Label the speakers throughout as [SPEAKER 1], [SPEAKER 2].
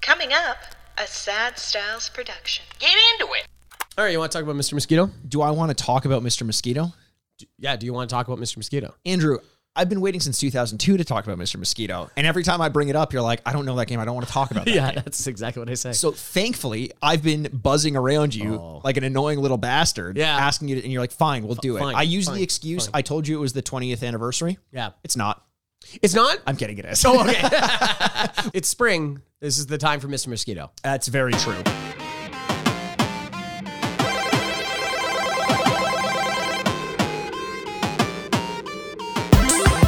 [SPEAKER 1] Coming up, a Sad Styles production.
[SPEAKER 2] Get into it.
[SPEAKER 3] All right, you want to talk about Mr. Mosquito?
[SPEAKER 4] Do I want to talk about Mr. Mosquito?
[SPEAKER 3] Yeah, do you want to talk about Mr. Mosquito?
[SPEAKER 4] Andrew, I've been waiting since 2002 to talk about Mr. Mosquito. And every time I bring it up, you're like, I don't know that game. I don't want to talk about that.
[SPEAKER 3] Yeah, that's exactly what I say.
[SPEAKER 4] So thankfully, I've been buzzing around you
[SPEAKER 3] Oh.
[SPEAKER 4] like an annoying little bastard,
[SPEAKER 3] Yeah.
[SPEAKER 4] asking you, to, and you're like, "Fine, we'll do it."
[SPEAKER 3] fine,
[SPEAKER 4] I use
[SPEAKER 3] fine,
[SPEAKER 4] the excuse.
[SPEAKER 3] fine.
[SPEAKER 4] I told you it was the 20th anniversary.
[SPEAKER 3] yeah.
[SPEAKER 4] It's not.
[SPEAKER 3] It's not?
[SPEAKER 4] I'm kidding. It is.
[SPEAKER 3] Oh, okay. it's spring. This is the time for Mr. Mosquito.
[SPEAKER 4] That's very true.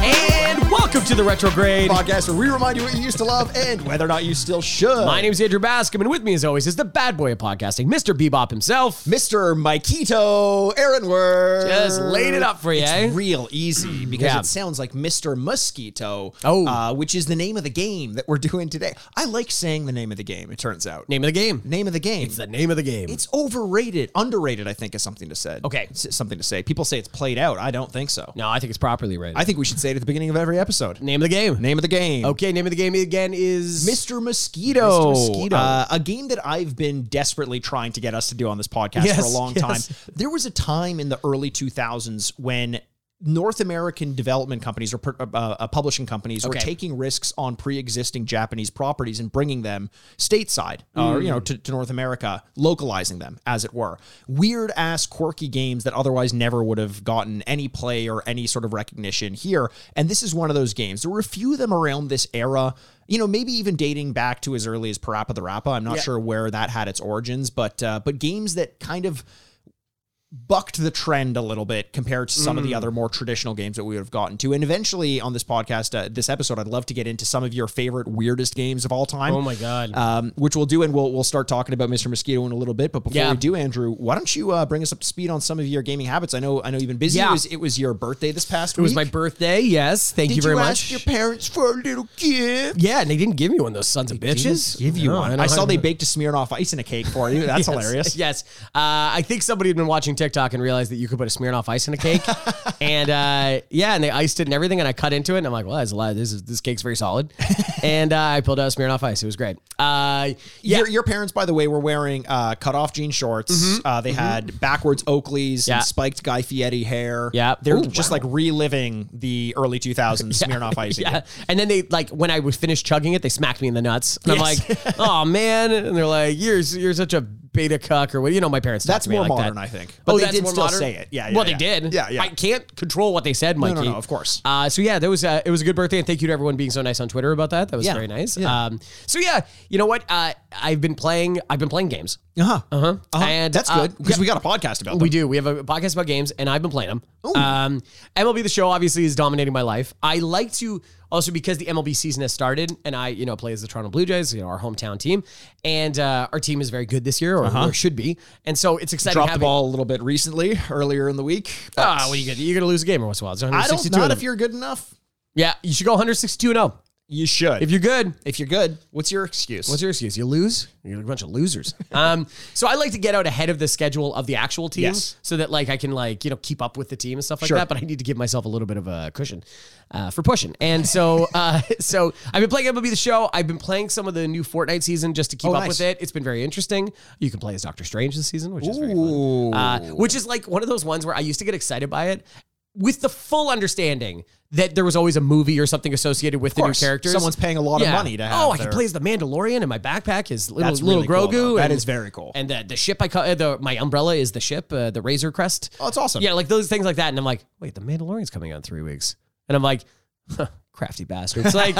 [SPEAKER 3] And welcome to the Retrograde.
[SPEAKER 4] Podcast where we remind you what you used to love and whether or not you still should.
[SPEAKER 3] My name's Andrew Bascom, and with me, as always, is the bad boy of podcasting, Mr. Bebop himself.
[SPEAKER 4] Mr. Mikito Aaronworth.
[SPEAKER 3] Just laid it up for you,
[SPEAKER 4] It's
[SPEAKER 3] eh?
[SPEAKER 4] real easy because
[SPEAKER 3] Yeah.
[SPEAKER 4] it sounds like Mr. Mosquito,
[SPEAKER 3] Oh.
[SPEAKER 4] uh, which is the name of the game that we're doing today. I like saying the name of the game, it turns out.
[SPEAKER 3] Name of the game.
[SPEAKER 4] Name of the game.
[SPEAKER 3] It's the name of the game.
[SPEAKER 4] It's overrated. Underrated, I think, is something to say.
[SPEAKER 3] Okay.
[SPEAKER 4] It's something to say. People say it's played out. I don't think so.
[SPEAKER 3] no, I think it's properly rated.
[SPEAKER 4] I think we should say it at the beginning of every episode.
[SPEAKER 3] name of the game.
[SPEAKER 4] Name of the game.
[SPEAKER 3] Okay, name of the game again is
[SPEAKER 4] Mr. Mosquito.
[SPEAKER 3] Mr. Mosquito.
[SPEAKER 4] Uh, a game that I've been desperately trying to get us to do on this podcast for a
[SPEAKER 3] Yes,
[SPEAKER 4] long
[SPEAKER 3] yes.
[SPEAKER 4] time. There was a time in the early 2000s when North American development companies or pr- uh, uh, publishing companies were
[SPEAKER 3] Okay.
[SPEAKER 4] taking risks on pre-existing Japanese properties and bringing them stateside or you know
[SPEAKER 3] Mm.
[SPEAKER 4] to, to North America, localizing them as it were. Weird ass quirky games that otherwise never would have gotten any play or any sort of recognition here. And this is one of those games. There were a few of them around this era. You know, maybe even dating back to as early as Parappa the Rappa. I'm not
[SPEAKER 3] Yeah.
[SPEAKER 4] sure where that had its origins, but uh, but games that kind of bucked the trend a little bit compared to some of
[SPEAKER 3] Mm.
[SPEAKER 4] the other more traditional games that we would have gotten to. And eventually on this podcast, uh, this episode, I'd love to get into some of your favorite weirdest games of all time.
[SPEAKER 3] Oh my god.
[SPEAKER 4] Um, which we'll do, and we'll we'll start talking about Mr. Mosquito in a little bit. But before
[SPEAKER 3] Yeah.
[SPEAKER 4] we do, Andrew, why don't you uh, bring us up to speed on some of your gaming habits? I know I know you've been busy. It
[SPEAKER 3] Yeah.
[SPEAKER 4] was, it was your birthday this past
[SPEAKER 3] it
[SPEAKER 4] week.
[SPEAKER 3] was my birthday. Yes, thank
[SPEAKER 4] Did
[SPEAKER 3] you very
[SPEAKER 4] ask
[SPEAKER 3] much.
[SPEAKER 4] your parents for a little gift?
[SPEAKER 3] yeah, and they didn't give me one. Those sons of bitches.
[SPEAKER 4] Give you
[SPEAKER 3] No,
[SPEAKER 4] one.
[SPEAKER 3] know
[SPEAKER 4] I, saw
[SPEAKER 3] how-
[SPEAKER 4] they baked a Smirnoff ice in a cake for you. That's hilarious.
[SPEAKER 3] Yes. Uh, I think somebody had been watching TikTok and realized that you could put a Smirnoff ice in a cake. and uh, yeah, and they iced it and everything. And I cut into it and I'm like, well, that's a lot. This is this cake's very solid. and uh, I pulled out a Smirnoff ice. It was great. Uh, yeah.
[SPEAKER 4] Your, your parents, by the way, were wearing uh, cut-off jean shorts. Uh, they had backwards Oakleys
[SPEAKER 3] Mm-hmm. Yeah.
[SPEAKER 4] and spiked Guy Fieri hair.
[SPEAKER 3] Yeah.
[SPEAKER 4] They're
[SPEAKER 3] Ooh,
[SPEAKER 4] just
[SPEAKER 3] wow.
[SPEAKER 4] like reliving the early 2000s Smirnoff Ice.
[SPEAKER 3] Yeah. And then they like when I was finished chugging it, they smacked me in the nuts. And
[SPEAKER 4] Yes.
[SPEAKER 3] I'm like, oh man. And they're like, you're you're such a beta cuck or what you know my parents. talk
[SPEAKER 4] That's
[SPEAKER 3] to me
[SPEAKER 4] more
[SPEAKER 3] like
[SPEAKER 4] modern,
[SPEAKER 3] that.
[SPEAKER 4] I think. But they
[SPEAKER 3] that's
[SPEAKER 4] did
[SPEAKER 3] more
[SPEAKER 4] still
[SPEAKER 3] modern?
[SPEAKER 4] say it. Yeah, yeah,
[SPEAKER 3] well,
[SPEAKER 4] yeah.
[SPEAKER 3] they did.
[SPEAKER 4] Yeah, yeah.
[SPEAKER 3] I can't control what they said, Mikey.
[SPEAKER 4] no, of course.
[SPEAKER 3] Uh, so yeah, that was uh, it was a good birthday, and thank you to everyone being so nice on Twitter about that. That was
[SPEAKER 4] Yeah.
[SPEAKER 3] very nice.
[SPEAKER 4] Yeah.
[SPEAKER 3] Um, so yeah, you know what? Uh, I've been playing. I've been playing games.
[SPEAKER 4] Uh-huh. Uh-huh.
[SPEAKER 3] And,
[SPEAKER 4] That's
[SPEAKER 3] uh,
[SPEAKER 4] good because we got a podcast about them.
[SPEAKER 3] We do. We have a podcast about games, and I've been playing them. Um, MLB the Show obviously is dominating my life. I like to also because the MLB season has started, and I you know play as the Toronto Blue Jays, you know our hometown team, and uh, our team is very good this year, or, or should be, and so it's exciting.
[SPEAKER 4] Dropped Uh-huh. the
[SPEAKER 3] having-
[SPEAKER 4] ball a little bit recently, earlier in the week. but
[SPEAKER 3] Ah, what are you gonna you're gonna lose a game or once in a while. There's
[SPEAKER 4] I don't
[SPEAKER 3] 162 of
[SPEAKER 4] not
[SPEAKER 3] them.
[SPEAKER 4] if you're good enough.
[SPEAKER 3] oh. yeah, you should go 162 and 0
[SPEAKER 4] You should.
[SPEAKER 3] if you're good.
[SPEAKER 4] if you're good, what's your excuse?
[SPEAKER 3] What's your excuse? You lose? You're a bunch of losers. um, so I like to get out ahead of the schedule of the actual team
[SPEAKER 4] Yes.
[SPEAKER 3] so that like I can like, you know, keep up with the team and stuff like
[SPEAKER 4] Sure.
[SPEAKER 3] that. But I need to give myself a little bit of a cushion uh, for pushing. And so uh, so I've been playing MLB The Show. I've been playing some of the new Fortnite season just to keep
[SPEAKER 4] Oh,
[SPEAKER 3] up
[SPEAKER 4] nice.
[SPEAKER 3] with it. It's been very interesting. You can play as Doctor Strange this season, which is very fun. Uh, which is like one of those ones where I used to get excited by it with the full understanding that there was always a movie or something associated with the new
[SPEAKER 4] course.
[SPEAKER 3] characters.
[SPEAKER 4] Someone's paying a lot of money to have
[SPEAKER 3] Oh, I
[SPEAKER 4] their-
[SPEAKER 3] can play as the Mandalorian, and my backpack is little
[SPEAKER 4] That's
[SPEAKER 3] little
[SPEAKER 4] really cool,
[SPEAKER 3] Grogu.
[SPEAKER 4] though. That
[SPEAKER 3] and-
[SPEAKER 4] is very cool.
[SPEAKER 3] And the the ship I call the my umbrella is the ship, uh, the Razor Crest.
[SPEAKER 4] Oh, it's awesome.
[SPEAKER 3] Yeah, like those things like that. And I'm like, wait, the Mandalorian's coming out in three weeks, and I'm like. huh, Crafty bastard. It's like,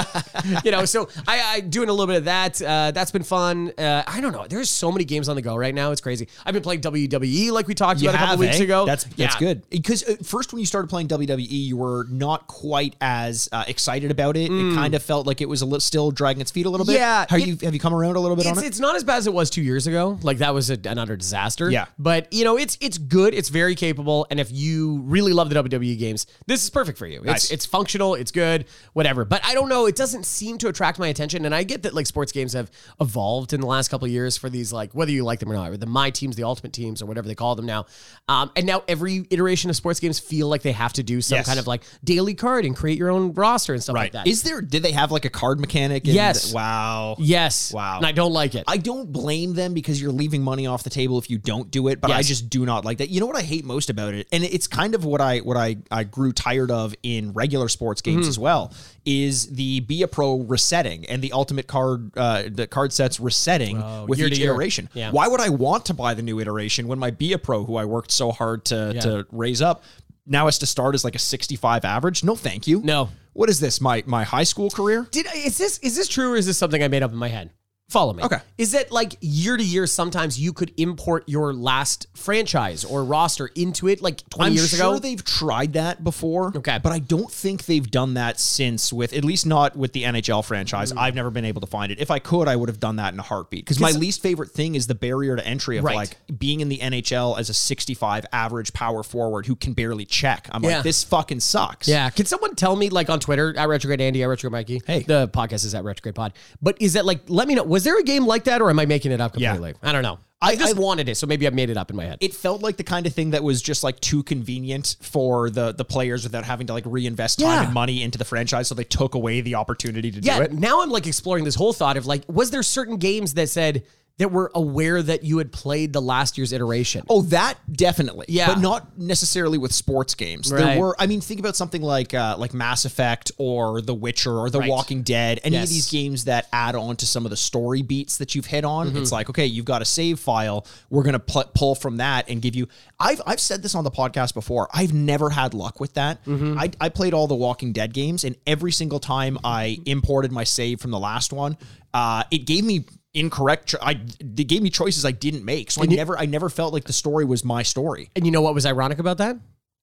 [SPEAKER 3] you know, so I, I doing a little bit of that. Uh, that's been fun. Uh, I don't know. There's so many games on the go right now. It's crazy. I've been playing WWE like we talked
[SPEAKER 4] You
[SPEAKER 3] about a couple
[SPEAKER 4] have,
[SPEAKER 3] weeks
[SPEAKER 4] eh?
[SPEAKER 3] ago.
[SPEAKER 4] That's that's
[SPEAKER 3] Yeah.
[SPEAKER 4] good because uh, first when you started playing WWE, you were not quite as uh, excited about it. It kind of felt like it was a li- still dragging its feet a little bit.
[SPEAKER 3] Yeah,
[SPEAKER 4] How
[SPEAKER 3] it-
[SPEAKER 4] you have you come around a little bit on
[SPEAKER 3] it's,
[SPEAKER 4] it?
[SPEAKER 3] it's not as bad as it was two years ago. Like that was a, an utter disaster.
[SPEAKER 4] Yeah.
[SPEAKER 3] But you know, it's it's good. It's very capable. And if you really love the WWE games, E this is perfect for you. It's
[SPEAKER 4] Nice.
[SPEAKER 3] it's functional. It's good. whatever. But I don't know. It doesn't seem to attract my attention. And I get that like sports games have evolved in the last couple of years for these like whether you like them or not, or the my teams, the ultimate teams, or whatever they call them now. Um, and now every iteration of sports games feel like they have to do some
[SPEAKER 4] Yes.
[SPEAKER 3] kind of like daily card and create your own roster and stuff like
[SPEAKER 4] Right.
[SPEAKER 3] that.
[SPEAKER 4] Is there? Did they have like a card mechanic? And
[SPEAKER 3] Yes.
[SPEAKER 4] Wow.
[SPEAKER 3] yes.
[SPEAKER 4] Wow.
[SPEAKER 3] And I don't like it.
[SPEAKER 4] I don't blame them because you're leaving money off the table if you don't do it, but I
[SPEAKER 3] Yes.
[SPEAKER 4] just do not like that. You know what I hate most about it? And it's kind of what I what I, I grew tired of in regular sports
[SPEAKER 3] Mm-hmm.
[SPEAKER 4] games as well is the be a pro resetting and the ultimate card uh, the card sets resetting with
[SPEAKER 3] year
[SPEAKER 4] each
[SPEAKER 3] to year.
[SPEAKER 4] iteration.
[SPEAKER 3] Yeah.
[SPEAKER 4] Why would I want to buy the new iteration when my be a pro who I worked so hard to
[SPEAKER 3] Yeah.
[SPEAKER 4] to raise up now has to start as like a 65 average? No, thank you.
[SPEAKER 3] No.
[SPEAKER 4] What is this? My my high school career?
[SPEAKER 3] Did is this is this true or is this something I made up in my head? Follow me.
[SPEAKER 4] Okay.
[SPEAKER 3] Is that like year to year? Sometimes you could import your last franchise or roster into it, like 20
[SPEAKER 4] I'm
[SPEAKER 3] years
[SPEAKER 4] sure
[SPEAKER 3] ago.
[SPEAKER 4] they've tried that before.
[SPEAKER 3] Okay.
[SPEAKER 4] but I don't think they've done that since with at least not with the NHL
[SPEAKER 3] Mm.
[SPEAKER 4] franchise. I've never been able to find it. If I could, I would have done that in a heartbeat. Because my least favorite thing is the barrier to entry of
[SPEAKER 3] Right.
[SPEAKER 4] like being in the NHL as a 65 average power forward who can barely check. I'm
[SPEAKER 3] Yeah.
[SPEAKER 4] like, this fucking sucks.
[SPEAKER 3] yeah. Can someone tell me, like on Twitter at Retrograde Andy at Retrograde Mikey?
[SPEAKER 4] Hey.
[SPEAKER 3] the podcast is at Retrograde Pod. But is that like? Let me know. Was there a game like that, or am I making it up
[SPEAKER 4] Yeah.
[SPEAKER 3] completely? I don't know. I, just wanted it, so maybe I made it up in my head.
[SPEAKER 4] It felt like the kind of thing that was just like too convenient for the the players without having to like reinvest time
[SPEAKER 3] Yeah.
[SPEAKER 4] and money into the franchise. So they took away the opportunity to do
[SPEAKER 3] yeah.
[SPEAKER 4] it.
[SPEAKER 3] Now I'm like exploring this whole thought of like, was there certain games that said that were aware that you had played the last year's iteration?
[SPEAKER 4] Oh, that definitely.
[SPEAKER 3] Yeah.
[SPEAKER 4] but not necessarily with sports games.
[SPEAKER 3] Right.
[SPEAKER 4] There were. I mean, think about something like uh, like Mass Effect or The Witcher or The Walking Dead. Any
[SPEAKER 3] Yes.
[SPEAKER 4] of these games that add on to some of the story beats that you've hit on. It's like, okay, you've got a save file. We're gonna pl- pull from that and give you. I've I've said this on the podcast before. I've never had luck with that. I I played all the Walking Dead games, and every single time I imported my save from the last one, uh, it gave me. Incorrect. Cho- I it gave me choices I didn't make, so I never, I never felt like the story was my story.
[SPEAKER 3] And you know what was ironic about that?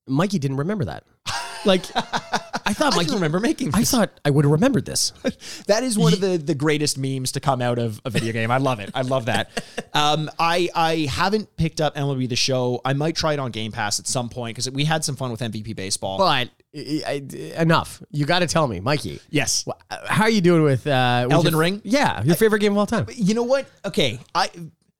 [SPEAKER 3] Mikey didn't remember that. Like, I thought
[SPEAKER 4] I
[SPEAKER 3] Mikey.
[SPEAKER 4] can remember making.
[SPEAKER 3] I thought I would have remembered this.
[SPEAKER 4] That is one of the, the greatest memes to come out of a video game. I love it. I love that. Um, I I haven't picked up MLB the Show. I might try it on Game Pass at some point because we had some fun with MVP baseball.
[SPEAKER 3] But I- I- enough. You got to tell me, Mikey.
[SPEAKER 4] yes.
[SPEAKER 3] wh- How are you doing with uh, with
[SPEAKER 4] Elden
[SPEAKER 3] your-
[SPEAKER 4] Ring?
[SPEAKER 3] Yeah, your favorite game of all time.
[SPEAKER 4] you know what? Okay, I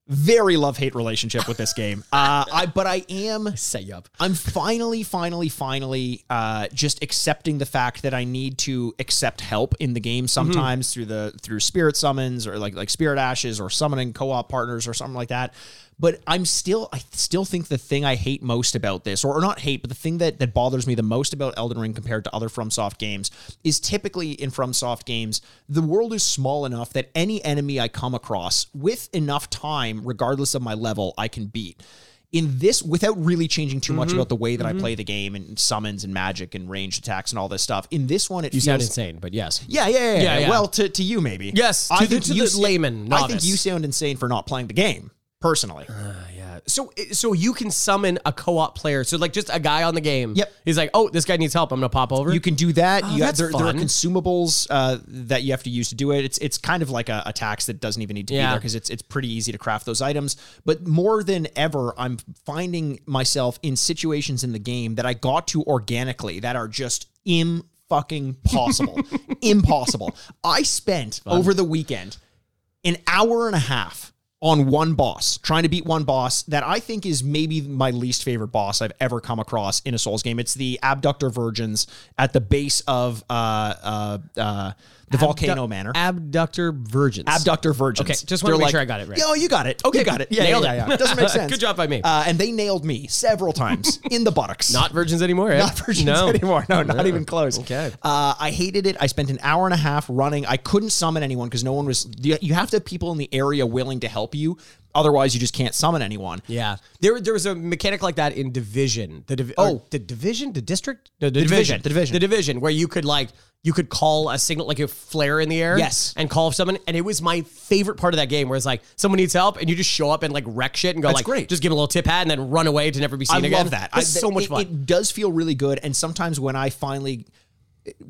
[SPEAKER 4] very love hate relationship with this game. Uh, I but I am
[SPEAKER 3] Set you up.
[SPEAKER 4] I'm finally, finally, finally uh, just accepting the fact that I need to accept help in the game sometimes through the through spirit summons or like like spirit ashes or summoning co-op partners or something like that. But I'm still I still think the thing I hate most about this, or, or not hate, but the thing that that bothers me the most about Elden Ring compared to other FromSoft games is typically in FromSoft games, the world is small enough that any enemy I come across with enough time, regardless of my level, I can beat in this without really changing too
[SPEAKER 3] Mm-hmm.
[SPEAKER 4] much about the way that I play the game and summons and magic and ranged attacks and all this stuff. In this one, it
[SPEAKER 3] You sound
[SPEAKER 4] feels
[SPEAKER 3] insane, but yes.
[SPEAKER 4] yeah, yeah, yeah, yeah,
[SPEAKER 3] Yeah, yeah.
[SPEAKER 4] Well, to, to you maybe.
[SPEAKER 3] Yes, to the- to the
[SPEAKER 4] sa-
[SPEAKER 3] layman,
[SPEAKER 4] I think
[SPEAKER 3] novice.
[SPEAKER 4] you sound insane for not playing the game personally. uh,
[SPEAKER 3] So, so you can summon a co-op player. So, like, just a guy on the game.
[SPEAKER 4] Yep.
[SPEAKER 3] He's like, oh, this guy needs help. I'm gonna pop over. Oh,
[SPEAKER 4] You can do that. you
[SPEAKER 3] that's
[SPEAKER 4] there, there are
[SPEAKER 3] fun.
[SPEAKER 4] consumables uh, that you have to use to do it. It's it's kind of like a, a tax that doesn't even need to be
[SPEAKER 3] Yeah.
[SPEAKER 4] there because it's it's pretty easy to craft those items. But more than ever, I'm finding myself in situations in the game that I got to organically that are just im fucking possible, impossible. I spent over the weekend an hour and a half on one boss, trying to beat one boss that I think is maybe my least favorite boss I've ever come across in a Souls game. It's the Abductor Virgins at the base of uh, uh, uh, the Volcano Manor.
[SPEAKER 3] abductor virgins.
[SPEAKER 4] Abductor Virgins.
[SPEAKER 3] Okay, just wanna
[SPEAKER 4] They're
[SPEAKER 3] make sure I got it right.
[SPEAKER 4] Oh, you got it. Okay, you got it. Yeah,
[SPEAKER 3] nailed
[SPEAKER 4] yeah,
[SPEAKER 3] it.
[SPEAKER 4] yeah, yeah. Doesn't make sense.
[SPEAKER 3] Good job by me.
[SPEAKER 4] Uh, and they nailed me several times in the buttocks.
[SPEAKER 3] not virgins anymore. eh?
[SPEAKER 4] Not virgins
[SPEAKER 3] no.
[SPEAKER 4] anymore. No, not even close.
[SPEAKER 3] Oh, Okay.
[SPEAKER 4] Uh, I hated it. I spent an hour and a half running. I couldn't summon anyone because no one was. You you have to have people in the area willing to help you. Otherwise, you just can't summon anyone.
[SPEAKER 3] Yeah, there there was a mechanic like that in Division. The div- oh, the Division, the District, No, the,
[SPEAKER 4] Division, the Division.
[SPEAKER 3] the Division, where you could like you could call a signal like a flare in the air,
[SPEAKER 4] Yes.
[SPEAKER 3] and call someone. And it was my favorite part of that game, where it's like someone needs help, and you just show up and like wreck shit and go like,
[SPEAKER 4] great.
[SPEAKER 3] just give 'em a little tip hat, and then run away to never be seen
[SPEAKER 4] I
[SPEAKER 3] again.
[SPEAKER 4] love that.
[SPEAKER 3] It's
[SPEAKER 4] I,
[SPEAKER 3] so much
[SPEAKER 4] it,
[SPEAKER 3] fun.
[SPEAKER 4] It does feel really good. And sometimes when I finally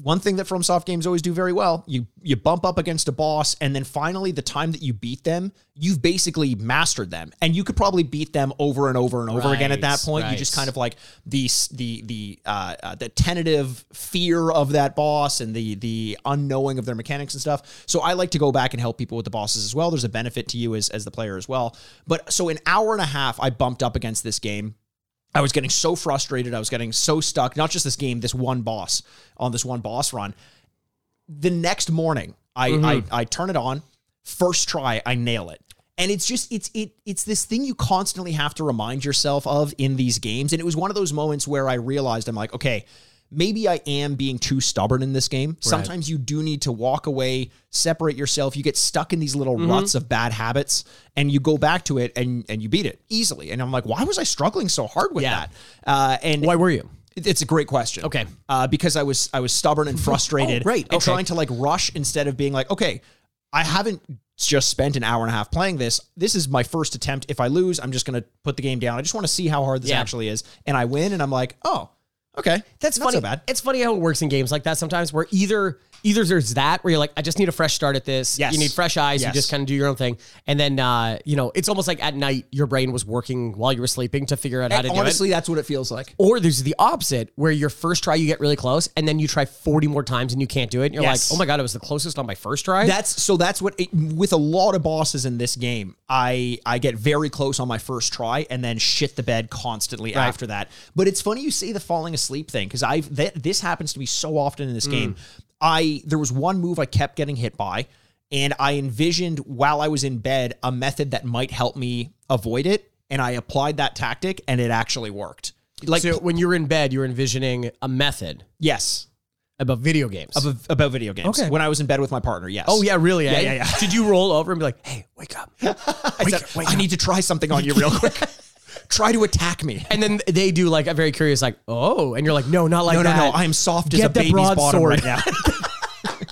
[SPEAKER 4] one thing that FromSoft games always do very well, you you bump up against a boss, and then finally the time that you beat them, you've basically mastered them, and you could probably beat them over and over and over again. At that
[SPEAKER 3] Right,
[SPEAKER 4] point, you
[SPEAKER 3] right.
[SPEAKER 4] just kind of like the s- the the uh, uh, the tentative fear of that boss and the the unknowing of their mechanics and stuff. So I like to go back and help people with the bosses as well. There's a benefit to you as as the player as well. But so an hour and a half, I bumped up against this game. I was getting so frustrated. I was getting so stuck, not just this game, this one boss on this one boss run. The next morning, I I,
[SPEAKER 3] Mm-hmm.
[SPEAKER 4] I turn it on. First try, I nail it. And it's just it's it it's this thing you constantly have to remind yourself of in these games. And it was one of those moments where I realized I'm like, okay, maybe I am being too stubborn in this game. Sometimes you do need to walk away, separate yourself. You get stuck in these little
[SPEAKER 3] Mm-hmm.
[SPEAKER 4] ruts of bad habits and you go back to it and and you beat it easily. And I'm like, why was I struggling so hard with
[SPEAKER 3] Yeah.
[SPEAKER 4] that? Uh, and
[SPEAKER 3] Why were you?
[SPEAKER 4] it- It's a great question.
[SPEAKER 3] Okay.
[SPEAKER 4] uh, because I was I was stubborn and
[SPEAKER 3] Oh,
[SPEAKER 4] frustrated.
[SPEAKER 3] great.
[SPEAKER 4] and
[SPEAKER 3] Okay.
[SPEAKER 4] trying to like rush instead of being like, okay, I haven't just spent an hour and a half playing this. This is my first attempt. If I lose, I'm just gonna put the game down. I just want to see how hard this
[SPEAKER 3] Yeah.
[SPEAKER 4] actually is. And I win, and I'm like, oh, okay,
[SPEAKER 3] That's
[SPEAKER 4] not
[SPEAKER 3] funny.
[SPEAKER 4] so bad.
[SPEAKER 3] It's funny how it works in games like that sometimes, where either either there's that where you're like, I just need a fresh start at this.
[SPEAKER 4] Yes.
[SPEAKER 3] You need fresh eyes.
[SPEAKER 4] Yes.
[SPEAKER 3] You just kind of do your own thing, and then uh, you know it's almost like at night your brain was working while you were sleeping to figure out how to do it.
[SPEAKER 4] Honestly, that's what it feels like.
[SPEAKER 3] Or there's the opposite where your first try you get really close, and then you try 40 more times and you can't do it. And you're
[SPEAKER 4] Yes.
[SPEAKER 3] like, oh my god, it was the closest on my first try.
[SPEAKER 4] That's so. That's what it, with a lot of bosses in this game. I I get very close on my first try and then shit the bed constantly after that. But it's funny you say the falling asleep thing because I've that this happens to me so often
[SPEAKER 3] Mm.
[SPEAKER 4] in this game. I there was one move I kept getting hit by, and I envisioned while I was in bed a method that might help me avoid it, and I applied that tactic, and it actually worked. Like
[SPEAKER 3] so when you're in bed, you're envisioning a method
[SPEAKER 4] yes,
[SPEAKER 3] about video games.
[SPEAKER 4] ab- about video games.
[SPEAKER 3] Okay.
[SPEAKER 4] When I was in bed with my partner, yes.
[SPEAKER 3] oh yeah, really? Yeah,
[SPEAKER 4] yeah, yeah.
[SPEAKER 3] Did you roll over and be like, hey, wake up?
[SPEAKER 4] I, said, I need to try something on you real quick. Try to attack me.
[SPEAKER 3] And then they do like a very curious, like, oh, and you're like, no, not like
[SPEAKER 4] No, no,
[SPEAKER 3] that.
[SPEAKER 4] no. I'm soft as
[SPEAKER 3] Get
[SPEAKER 4] a
[SPEAKER 3] the
[SPEAKER 4] baby's bottom
[SPEAKER 3] broadsword.
[SPEAKER 4] right now.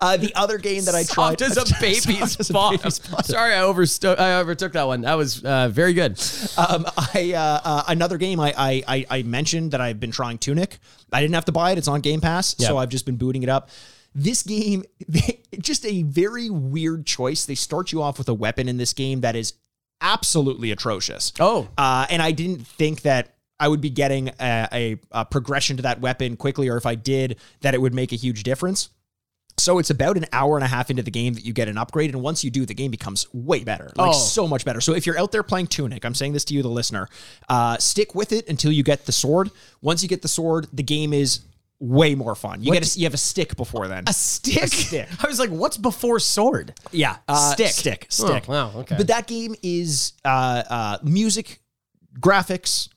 [SPEAKER 4] uh, the other game that I
[SPEAKER 3] soft
[SPEAKER 4] tried
[SPEAKER 3] as a baby's bottom. Sorry, I oversto- I overtook that one. That was uh, very good.
[SPEAKER 4] um, I uh, uh, another game I, I I I mentioned that I've been trying Tunic. I didn't have to buy it; it's on Game Pass, so I've just been booting it up. This game, they, just a very weird choice. They start you off with a weapon in this game that is absolutely atrocious.
[SPEAKER 3] Oh.
[SPEAKER 4] uh, and I didn't think that. I would be getting a, a, a progression to that weapon quickly, or if I did, that it would make a huge difference. So it's about an hour and a half into the game that you get an upgrade, and once you do, the game becomes way better, like
[SPEAKER 3] Oh.
[SPEAKER 4] so much better. So if you're out there playing Tunic, I'm saying this to you, the listener, uh, stick with it until you get the sword. Once you get the sword, the game is way more fun. You get a, you have a stick before then.
[SPEAKER 3] A stick?
[SPEAKER 4] stick.
[SPEAKER 3] I was like, what's before sword?
[SPEAKER 4] yeah, stick, Uh, stick, stick.
[SPEAKER 3] Oh, wow, okay.
[SPEAKER 4] But that game is uh, uh, music, graphics,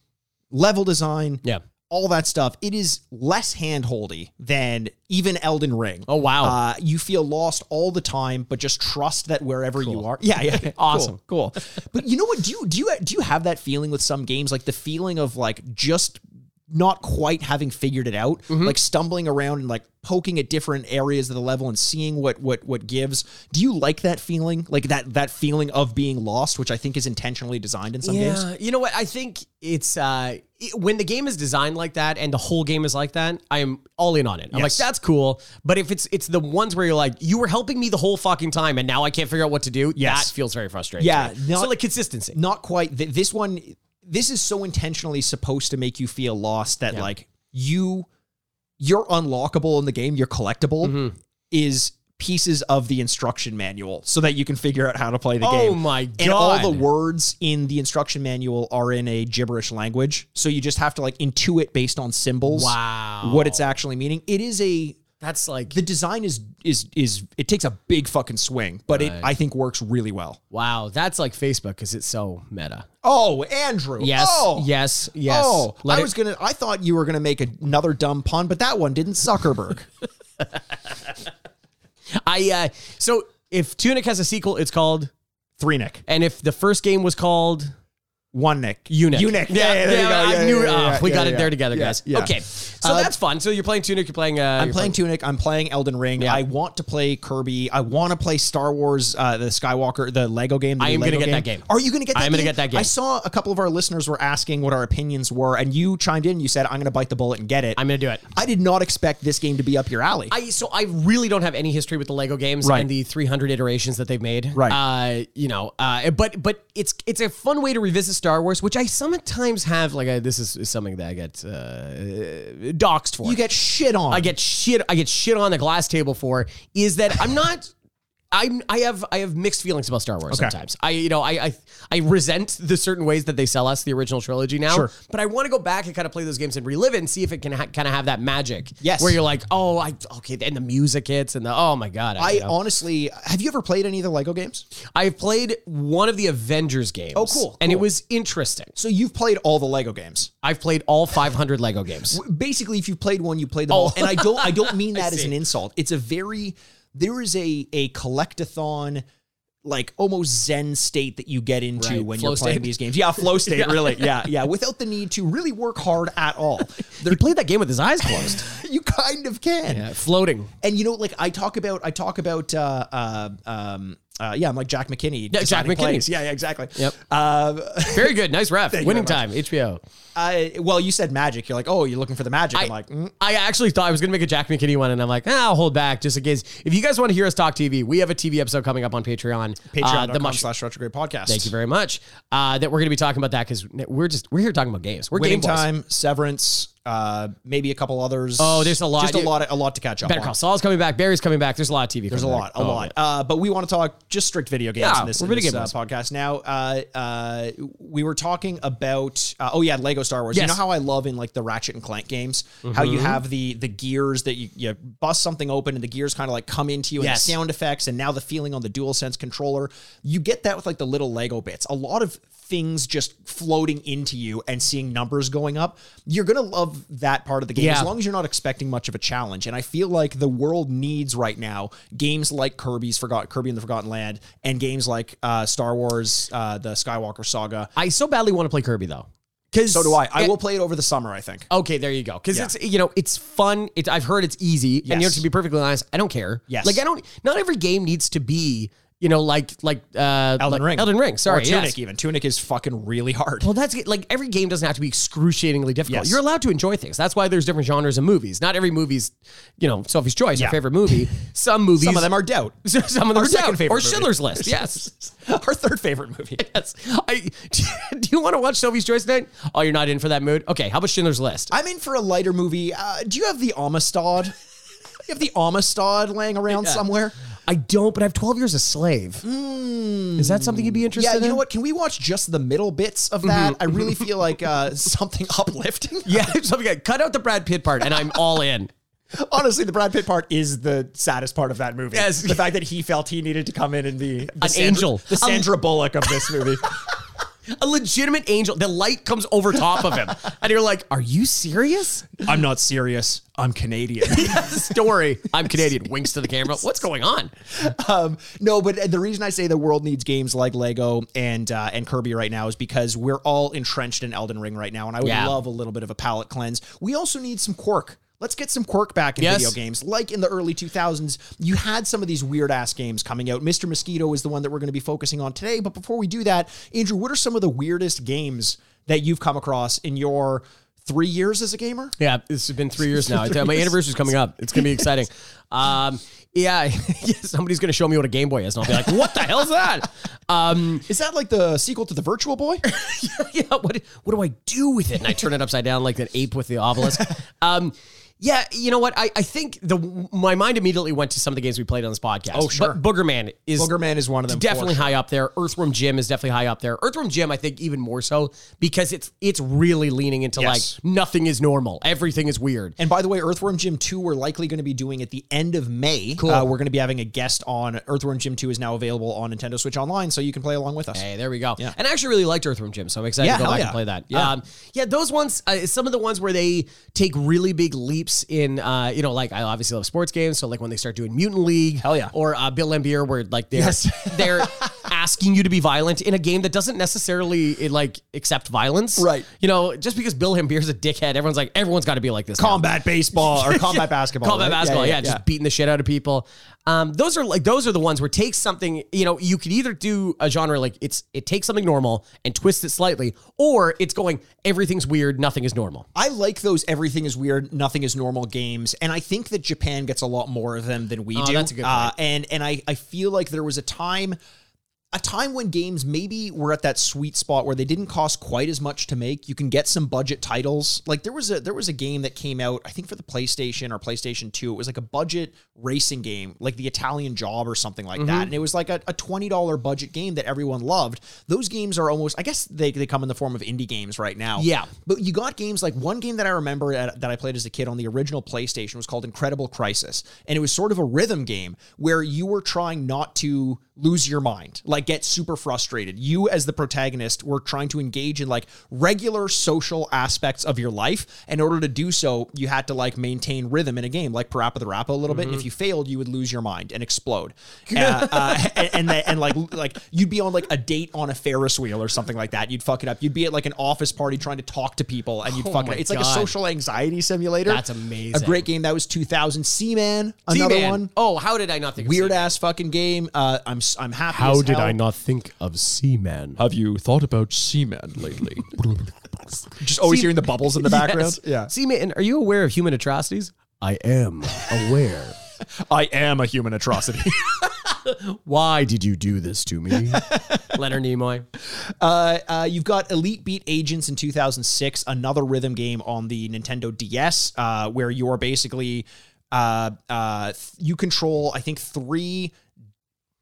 [SPEAKER 4] level design,
[SPEAKER 3] Yeah.
[SPEAKER 4] all that stuff. It is less handholdy than even Elden Ring.
[SPEAKER 3] Oh, wow.
[SPEAKER 4] Uh, you feel lost all the time, but just trust that wherever you are. Yeah, yeah, Cool,
[SPEAKER 3] Awesome.
[SPEAKER 4] cool. But you know what? Do you do you do you have that feeling with some games, like the feeling of like just not quite having figured it out,
[SPEAKER 3] Mm-hmm.
[SPEAKER 4] like stumbling around and like poking at different areas of the level and seeing what what what gives. Do you like that feeling, like that that feeling of being lost, which I think is intentionally designed in some games?
[SPEAKER 3] You know what? I think it's uh, it- when the game is designed like that and the whole game is like that, I am all in on it. I'm
[SPEAKER 4] Yes.
[SPEAKER 3] like, that's cool. But if it's it's the ones where you're like, you were helping me the whole fucking time and now I can't figure out what to do,
[SPEAKER 4] Yes.
[SPEAKER 3] that feels very frustrating.
[SPEAKER 4] Yeah,
[SPEAKER 3] to me.
[SPEAKER 4] not-
[SPEAKER 3] so like consistency.
[SPEAKER 4] not quite th- this one this is so intentionally supposed to make you feel lost that like you you're unlockable in the game you're collectible
[SPEAKER 3] Mm-hmm.
[SPEAKER 4] is pieces of the instruction manual so that you can figure out how to play the
[SPEAKER 3] Oh
[SPEAKER 4] game
[SPEAKER 3] my
[SPEAKER 4] and all the
[SPEAKER 3] God.
[SPEAKER 4] words in the instruction manual are in a gibberish language so you just have to like intuit based on symbols
[SPEAKER 3] Wow.
[SPEAKER 4] what it's actually meaning it is a
[SPEAKER 3] That's like
[SPEAKER 4] the design is is is it takes a big fucking swing but it i think works really well
[SPEAKER 3] wow. That's like Facebook because it's so meta.
[SPEAKER 4] oh andrew
[SPEAKER 3] Yes.
[SPEAKER 4] oh
[SPEAKER 3] Yes. Yes.
[SPEAKER 4] Oh,
[SPEAKER 3] Let
[SPEAKER 4] I
[SPEAKER 3] it-
[SPEAKER 4] was gonna. I thought you were gonna make another dumb pun, but that one didn't. Zuckerberg.
[SPEAKER 3] I uh, so if Tunic has a sequel, it's called,
[SPEAKER 4] Three Nick.
[SPEAKER 3] and if the first game was called
[SPEAKER 4] One Nick.
[SPEAKER 3] Eunuch.
[SPEAKER 4] Eunuch.
[SPEAKER 3] Yeah, yeah,
[SPEAKER 4] there you go.
[SPEAKER 3] I knew it.
[SPEAKER 4] yeah,
[SPEAKER 3] Ah, we
[SPEAKER 4] yeah,
[SPEAKER 3] got
[SPEAKER 4] yeah.
[SPEAKER 3] it there together,
[SPEAKER 4] Yeah,
[SPEAKER 3] guys.
[SPEAKER 4] yeah.
[SPEAKER 3] Okay. So
[SPEAKER 4] Uh,
[SPEAKER 3] that's fun. So you're playing Tunic, you're playing. Uh,
[SPEAKER 4] I'm playing Tunic. I'm playing Elden Ring.
[SPEAKER 3] Yeah.
[SPEAKER 4] I want to play Kirby. I want to play Star Wars, uh, the Skywalker, the Lego game. the
[SPEAKER 3] I
[SPEAKER 4] new
[SPEAKER 3] am gonna
[SPEAKER 4] Lego
[SPEAKER 3] get that game.
[SPEAKER 4] Are you going to get? That
[SPEAKER 3] I am gonna get that game.
[SPEAKER 4] I saw a couple of our listeners were asking what our opinions were, and you chimed in. You said, "I'm going to bite the bullet and get it."
[SPEAKER 3] I'm gonna do it.
[SPEAKER 4] I did not expect this game to be up your alley.
[SPEAKER 3] I so I really don't have any history with the Lego games
[SPEAKER 4] Right.
[SPEAKER 3] and the 300 iterations that they've made.
[SPEAKER 4] Right.
[SPEAKER 3] Uh, you know, uh, but but it's it's a fun way to revisit Star Wars, which I sometimes have like I, this is, is something that I get uh, doxed for.
[SPEAKER 4] you get shit on.
[SPEAKER 3] I get shit. I get shit on the glass table for is that I'm not. I'm, I have I have mixed feelings about Star Wars sometimes. I you know I, I I resent the certain ways that they sell us the original trilogy now.
[SPEAKER 4] Sure.
[SPEAKER 3] But I want to go back and kind of play those games and relive it and see if it can ha- kind of have that magic.
[SPEAKER 4] Yes.
[SPEAKER 3] Where you're like, oh, I okay, and the music hits and the oh my god.
[SPEAKER 4] I
[SPEAKER 3] you know.
[SPEAKER 4] honestly, have you ever played any of the Lego games?
[SPEAKER 3] I've played one of the Avengers games.
[SPEAKER 4] Oh, cool,
[SPEAKER 3] And it
[SPEAKER 4] cool.
[SPEAKER 3] was interesting.
[SPEAKER 4] So you've played all the Lego games.
[SPEAKER 3] I've played all 500 Lego games.
[SPEAKER 4] basically if you've played one you played them
[SPEAKER 3] Oh.
[SPEAKER 4] all and i don't i don't mean that as
[SPEAKER 3] see.
[SPEAKER 4] an insult it's a very there is a a collectathon like almost zen state that you get into
[SPEAKER 3] Right.
[SPEAKER 4] when
[SPEAKER 3] Flow
[SPEAKER 4] you're playing
[SPEAKER 3] state.
[SPEAKER 4] these games yeah flow state really yeah yeah without the need to really work hard at all
[SPEAKER 3] He played that game with his eyes closed,
[SPEAKER 4] you kind of can
[SPEAKER 3] Yeah, floating.
[SPEAKER 4] and you know like i talk about i talk about uh uh um uh, yeah, I'm like Jack McKinney.
[SPEAKER 3] Yeah, Jack
[SPEAKER 4] deciding
[SPEAKER 3] McKinney.
[SPEAKER 4] plays. Yeah, yeah, exactly.
[SPEAKER 3] Yep.
[SPEAKER 4] Uh,
[SPEAKER 3] Very good, nice ref. Winning
[SPEAKER 4] very
[SPEAKER 3] time, HBO.
[SPEAKER 4] I, well, you said magic. You're like, oh, you're looking for the magic. I, am like, mm,
[SPEAKER 3] I actually thought I was going to make a Jack McKinney one, and I'm like, ah, I'll hold back just in case. If you guys want to hear us talk TV, we have a TV episode coming up on Patreon. Uh, the
[SPEAKER 4] patreon.com
[SPEAKER 3] mush-
[SPEAKER 4] slash retrograde podcast.
[SPEAKER 3] Thank you very much. Uh, that we're going to be talking about that because we're just we're here talking about games. We're
[SPEAKER 4] Winning
[SPEAKER 3] game boys.
[SPEAKER 4] Time, Severance, uh, maybe a couple others.
[SPEAKER 3] Oh, there's a lot.
[SPEAKER 4] Just a lot, a lot to catch up.
[SPEAKER 3] Better
[SPEAKER 4] on.
[SPEAKER 3] Call Saul's coming back. Barry's coming back. There's a lot of TV.
[SPEAKER 4] There's a lot, a lot. Uh, but we want to talk just strict video games
[SPEAKER 3] Oh, Yeah,
[SPEAKER 4] in this,
[SPEAKER 3] we're
[SPEAKER 4] in
[SPEAKER 3] video
[SPEAKER 4] this,
[SPEAKER 3] game
[SPEAKER 4] uh,
[SPEAKER 3] boys.
[SPEAKER 4] podcast. Now, uh, uh, we were talking about uh, oh yeah, Lego Star Wars. You
[SPEAKER 3] Yes. Mm-hmm.
[SPEAKER 4] know how I love in like the Ratchet and Clank games, how you have the the gears that you, you bust something open and the gears kind of like come into you
[SPEAKER 3] Yes.
[SPEAKER 4] and the sound effects and now the feeling on the DualSense controller. You get that with like the little Lego bits. A lot of things just floating into you and seeing numbers going up. You're gonna love that part of the game
[SPEAKER 3] Yeah.
[SPEAKER 4] as long as you're not expecting much of a challenge. And I feel like the world needs right now games like Kirby's Forgot Kirby and the Forgotten Land and games like uh, Star Wars, uh, the Skywalker Saga.
[SPEAKER 3] I so badly want to play Kirby though. Because
[SPEAKER 4] So do I. I will play it over the summer. I think.
[SPEAKER 3] Okay, there you go. Because it's you know it's fun. It's I've heard it's easy, and you know,
[SPEAKER 4] Yes.
[SPEAKER 3] to be perfectly honest, I don't care.
[SPEAKER 4] Yes.
[SPEAKER 3] like I don't. Not every game needs to be you know like like uh like
[SPEAKER 4] Elden Ring.
[SPEAKER 3] Elden Ring. Sorry,
[SPEAKER 4] or Tunic.
[SPEAKER 3] yes.
[SPEAKER 4] Even Tunic is fucking really hard.
[SPEAKER 3] Well, that's it. like every game doesn't have to be excruciatingly difficult.
[SPEAKER 4] Yes.
[SPEAKER 3] You're allowed to enjoy things. That's why there's different genres of movies. Not every movie's, you know, Sophie's Choice, your
[SPEAKER 4] Yeah.
[SPEAKER 3] favorite movie. Some movies,
[SPEAKER 4] Some of them are doubt.
[SPEAKER 3] some of them are
[SPEAKER 4] second
[SPEAKER 3] down.
[SPEAKER 4] favorite
[SPEAKER 3] or
[SPEAKER 4] movie.
[SPEAKER 3] Schindler's List. Yes,
[SPEAKER 4] Our third favorite movie.
[SPEAKER 3] yes. I, do you want to watch Sophie's Choice tonight? Oh, you're not in for that mood. Okay, how about Schindler's List?
[SPEAKER 4] I'm in for a lighter movie. Uh, do you have the Amistad? you have the Amistad laying around somewhere.
[SPEAKER 3] I don't, but I have 12 years a slave. Is that something you'd be interested
[SPEAKER 4] Yeah,
[SPEAKER 3] in?
[SPEAKER 4] you know what? Can we watch just the middle bits of
[SPEAKER 3] Mm-hmm.
[SPEAKER 4] that? I really feel like uh, something uplifting.
[SPEAKER 3] Yeah, something like cut out the Brad Pitt part, and I'm all in.
[SPEAKER 4] Honestly, the Brad Pitt part is the saddest part of that movie.
[SPEAKER 3] Yes.
[SPEAKER 4] The fact that he felt he needed to come in and be the
[SPEAKER 3] An angel.
[SPEAKER 4] the Sandra Bullock of this movie.
[SPEAKER 3] A legitimate angel. The light comes over top of him, and you're like, "Are you serious?"
[SPEAKER 4] I'm not serious. I'm Canadian.
[SPEAKER 3] story. I'm Canadian. Winks to the camera. What's going on?
[SPEAKER 4] um, no, but the reason I say the world needs games like Lego and uh, and Kirby right now is because we're all entrenched in Elden Ring right now, and I would
[SPEAKER 3] Yeah.
[SPEAKER 4] love a little bit of a palate cleanse. We also need some quirk. Let's get some quirk back in
[SPEAKER 3] Yes.
[SPEAKER 4] video games. Like in the early 2000s, you had some of these weird ass games coming out. Mr. Mosquito is the one that we're going to be focusing on today. But before we do that, Andrew, what are some of the weirdest games that you've come across in your three years as a gamer?
[SPEAKER 3] Yeah, it's been three years now. My anniversary's coming up. It's gonna be exciting. Um, yeah, yeah, somebody's gonna show me what a Game Boy is, and I'll be like, "What the hell's that?" Um,
[SPEAKER 4] Is that like the sequel to the Virtual Boy?
[SPEAKER 3] yeah, what what do I do with it? And I turn it upside down like an ape with the obelisk. Um, yeah, you know what? I, I think the my mind immediately went to some of the games we played on this podcast. Oh,
[SPEAKER 4] sure.
[SPEAKER 3] But Booger Man is
[SPEAKER 4] Booger Man is one of them, for
[SPEAKER 3] Definitely high up there. Earthworm Jim is definitely high up there. Earthworm Jim, I think, even more so because it's it's really leaning into
[SPEAKER 4] Yes.
[SPEAKER 3] like nothing is normal, everything is weird.
[SPEAKER 4] And by the way, Earthworm Jim 2, we're likely going to be doing at the end of May. Cool. we're going to be having a guest on Earthworm Jim 2 is now available on Nintendo Switch Online, so you can play along with us.
[SPEAKER 3] Hey, there we go. And I actually really liked Earthworm Jim, so I'm excited
[SPEAKER 4] Yeah,
[SPEAKER 3] to go
[SPEAKER 4] hell
[SPEAKER 3] back
[SPEAKER 4] yeah.
[SPEAKER 3] and play that.
[SPEAKER 4] Yeah.
[SPEAKER 3] um, yeah. Those ones, uh, some of the ones where they take really big leaps in, uh, you know, like I obviously love sports games, so like when they start doing Mutant League,
[SPEAKER 4] Hell yeah.
[SPEAKER 3] or uh, Bill Lambier, where like they're they're asking you to be violent in a game that doesn't necessarily eh, like accept violence.
[SPEAKER 4] Right.
[SPEAKER 3] You know, just because Bill Hambier's a dickhead, everyone's like, everyone's got to be like this. now.
[SPEAKER 4] combat baseball or combat basketball.
[SPEAKER 3] Combat
[SPEAKER 4] right?
[SPEAKER 3] basketball, yeah, just beating the shit out of people. Um, those are like those are the ones where take something. You know, you could either do a genre like it's it takes something normal and twist it slightly, or it's going everything's weird, nothing is normal.
[SPEAKER 4] I like those everything is weird, nothing is normal games, and I think that Japan gets a lot more of them than we do.
[SPEAKER 3] Oh, that's a good
[SPEAKER 4] Uh, and and I, I feel like there was a time a time when games maybe were at that sweet spot where they didn't cost quite as much to make. You can get some budget titles. Like there was a there was a game that came out, I think for the PlayStation or PlayStation 2. It was like a budget racing game, like the Italian job or something like
[SPEAKER 3] Mm-hmm.
[SPEAKER 4] that. And it was like a, a $20 budget game that everyone loved. Those games are almost I guess they, they come in the form of indie games right now.
[SPEAKER 3] Yeah.
[SPEAKER 4] But you got games like one game that I remember at, that I played as a kid on the original PlayStation was called Incredible Crisis. And it was sort of a rhythm game where you were trying not to lose your mind, like get super frustrated. You, as the protagonist, were trying to engage in like regular social aspects of your life. In order to do so, you had to like maintain rhythm in a game, like Parappa the Rappa a little bit. And
[SPEAKER 3] Mm-hmm.
[SPEAKER 4] if you failed, you would lose your mind and explode. Uh, uh, and, and, the- and like, like you'd be on like a date on a Ferris wheel or something like that. You'd fuck it up. You'd be at like an office party trying to talk to people and you'd fuck it
[SPEAKER 3] Oh my
[SPEAKER 4] up. It's like a
[SPEAKER 3] God.
[SPEAKER 4] social anxiety simulator.
[SPEAKER 3] That's amazing.
[SPEAKER 4] A great game. That was 2000. Seaman, another
[SPEAKER 3] Z-Man.
[SPEAKER 4] one.
[SPEAKER 3] Oh, how did I not think? of
[SPEAKER 4] Weird
[SPEAKER 3] Z-Man?
[SPEAKER 4] ass fucking game. Uh, I'm s- I'm happy.
[SPEAKER 2] How
[SPEAKER 4] as
[SPEAKER 2] did
[SPEAKER 4] hell.
[SPEAKER 2] I not think of Seaman?
[SPEAKER 4] Have you thought about Seaman lately? Just always hearing the bubbles in the background.
[SPEAKER 3] See, man, are you aware of human atrocities?
[SPEAKER 2] I am aware.
[SPEAKER 4] Yeah. I am a human atrocity.
[SPEAKER 2] Why did you do this to me?
[SPEAKER 3] Leonard Nimoy.
[SPEAKER 4] Uh, uh, you've got Elite Beat Agents in 2006, another rhythm game on the Nintendo DS, uh, where you are basically uh, uh, th- you control, I think, three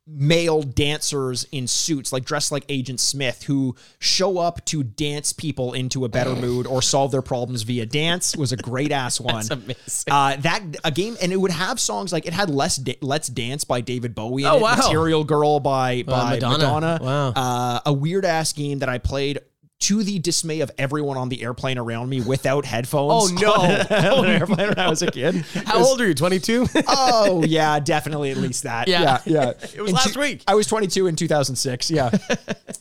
[SPEAKER 4] male dancers in suits, like dressed like Agent Smith, who show up to dance people into a better mood or solve their problems via dance. Was a great ass one.
[SPEAKER 3] amazing.
[SPEAKER 4] Uh, that a game, and it would have songs like it had "Let's Da- Let's Dance" by David Bowie, and
[SPEAKER 3] Oh, wow.
[SPEAKER 4] "Material Girl" by by Madonna.
[SPEAKER 3] Madonna. Wow.
[SPEAKER 4] Uh, a weird ass game that I played to the dismay of everyone on the airplane around me without headphones.
[SPEAKER 3] Oh, no.
[SPEAKER 4] on an airplane when I was a kid.
[SPEAKER 3] How old are you? Twenty two.
[SPEAKER 4] Oh yeah, definitely at least that.
[SPEAKER 3] Yeah.
[SPEAKER 4] yeah.
[SPEAKER 3] It was
[SPEAKER 4] In
[SPEAKER 3] last
[SPEAKER 4] two-
[SPEAKER 3] week.
[SPEAKER 4] I was 22 in 2006. Yeah.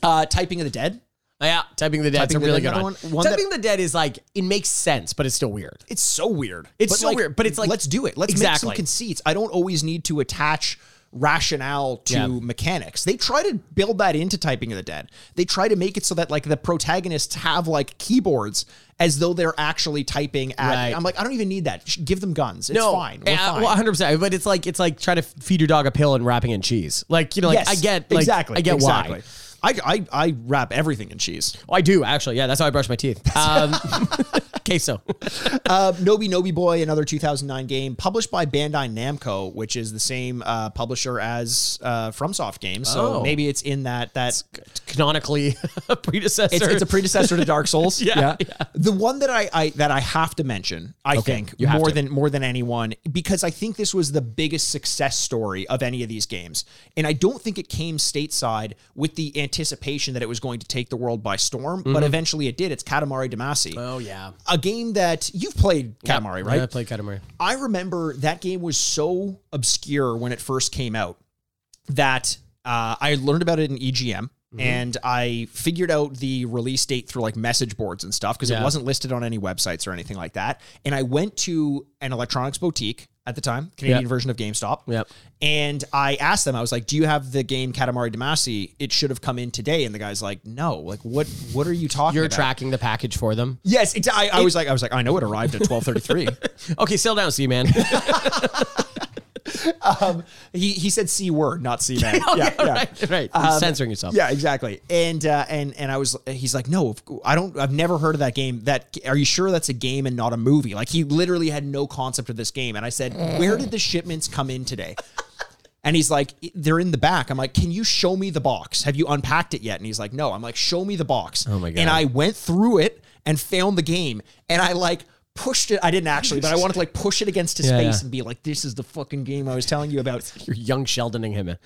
[SPEAKER 4] uh, Typing of the Dead.
[SPEAKER 3] yeah, typing the dead. It's a
[SPEAKER 4] Typing the
[SPEAKER 3] really
[SPEAKER 4] Dead,
[SPEAKER 3] good one.
[SPEAKER 4] another one- one
[SPEAKER 3] typing the dead is like it makes sense, but it's still weird.
[SPEAKER 4] It's so weird.
[SPEAKER 3] It's so weird, but it's like-
[SPEAKER 4] let's do it. Let's make some
[SPEAKER 3] Exactly.
[SPEAKER 4] conceits. I don't always need to attach rationale to
[SPEAKER 3] Yeah.
[SPEAKER 4] mechanics. They try to build that into Typing of the Dead. They try to make it so that like the protagonists have like keyboards as though they're actually typing at
[SPEAKER 3] Right.
[SPEAKER 4] I'm like, I don't even need that. Sh- Give them guns. It's fine. We're
[SPEAKER 3] Yeah,
[SPEAKER 4] fine.
[SPEAKER 3] Eh, uh, well, 100. percent But it's like it's like trying to feed your dog a pill and wrapping in cheese. Like you know, like I get like,
[SPEAKER 4] exactly.
[SPEAKER 3] I get
[SPEAKER 4] exactly.
[SPEAKER 3] why.
[SPEAKER 4] I, I I wrap everything in cheese.
[SPEAKER 3] Oh, I do actually. Yeah, that's how I brush my teeth. Um, queso.
[SPEAKER 4] Uh, Nobi Nobi Boy, another 2009 game published by Bandai Namco, which is the same uh, publisher as uh, FromSoft games. So
[SPEAKER 3] Oh.
[SPEAKER 4] maybe it's in that that
[SPEAKER 3] Canonically a predecessor.
[SPEAKER 4] it's, it's a predecessor to Dark Souls.
[SPEAKER 3] Yeah,
[SPEAKER 4] The one that I, I that I have to mention, I think
[SPEAKER 3] you have
[SPEAKER 4] more
[SPEAKER 3] to.
[SPEAKER 4] than more than anyone, because I think this was the biggest success story of any of these games, and I don't think it came stateside with the anticipation that it was going to take the world by storm,
[SPEAKER 3] Mm-hmm.
[SPEAKER 4] but eventually it did. It's Katamari Damacy.
[SPEAKER 3] oh yeah.
[SPEAKER 4] a game that you've played Katamari, right?
[SPEAKER 3] I played Katamari.
[SPEAKER 4] I remember that game was so obscure when it first came out that uh, I learned about it in EGM.
[SPEAKER 3] Mm-hmm.
[SPEAKER 4] And I figured out the release date through like message boards and stuff because it
[SPEAKER 3] Yeah.
[SPEAKER 4] wasn't listed on any websites or anything like that. And I went to an electronics boutique at the time, Canadian
[SPEAKER 3] Yep.
[SPEAKER 4] version of GameStop.
[SPEAKER 3] Yep.
[SPEAKER 4] And I asked them, I was like, "Do you have the game Katamari Damacy? It should have come in today." And the guy's like, "No, like what? What are you talking
[SPEAKER 3] You're
[SPEAKER 4] about?"
[SPEAKER 3] tracking the package for them.
[SPEAKER 4] Yes, exa- I, I was like, I was like, I know it arrived at twelve thirty three.
[SPEAKER 3] Okay, settle down, C man.
[SPEAKER 4] He he said c word, not c man. yeah, yeah.
[SPEAKER 3] right, right. You're censoring yourself.
[SPEAKER 4] Um, Yeah, exactly. And uh, and and I was he's like, "No, of- I don't I've never heard of that game. That are you sure that's a game and not a movie?" Like he literally had no concept of this game and I said, "Where did the shipments come in today?" And he's like, they're in the back. I'm like, can you show me the box? Have you unpacked it yet? And he's like, no. I'm like, show me the box. Oh
[SPEAKER 3] my God.
[SPEAKER 4] And I went through it and found the game. And I like pushed it. I didn't actually, but I wanted to like push it against his
[SPEAKER 3] Yeah,
[SPEAKER 4] face
[SPEAKER 3] yeah.
[SPEAKER 4] and be like, this is the fucking game I was telling you about.
[SPEAKER 3] You're young Sheldoning him.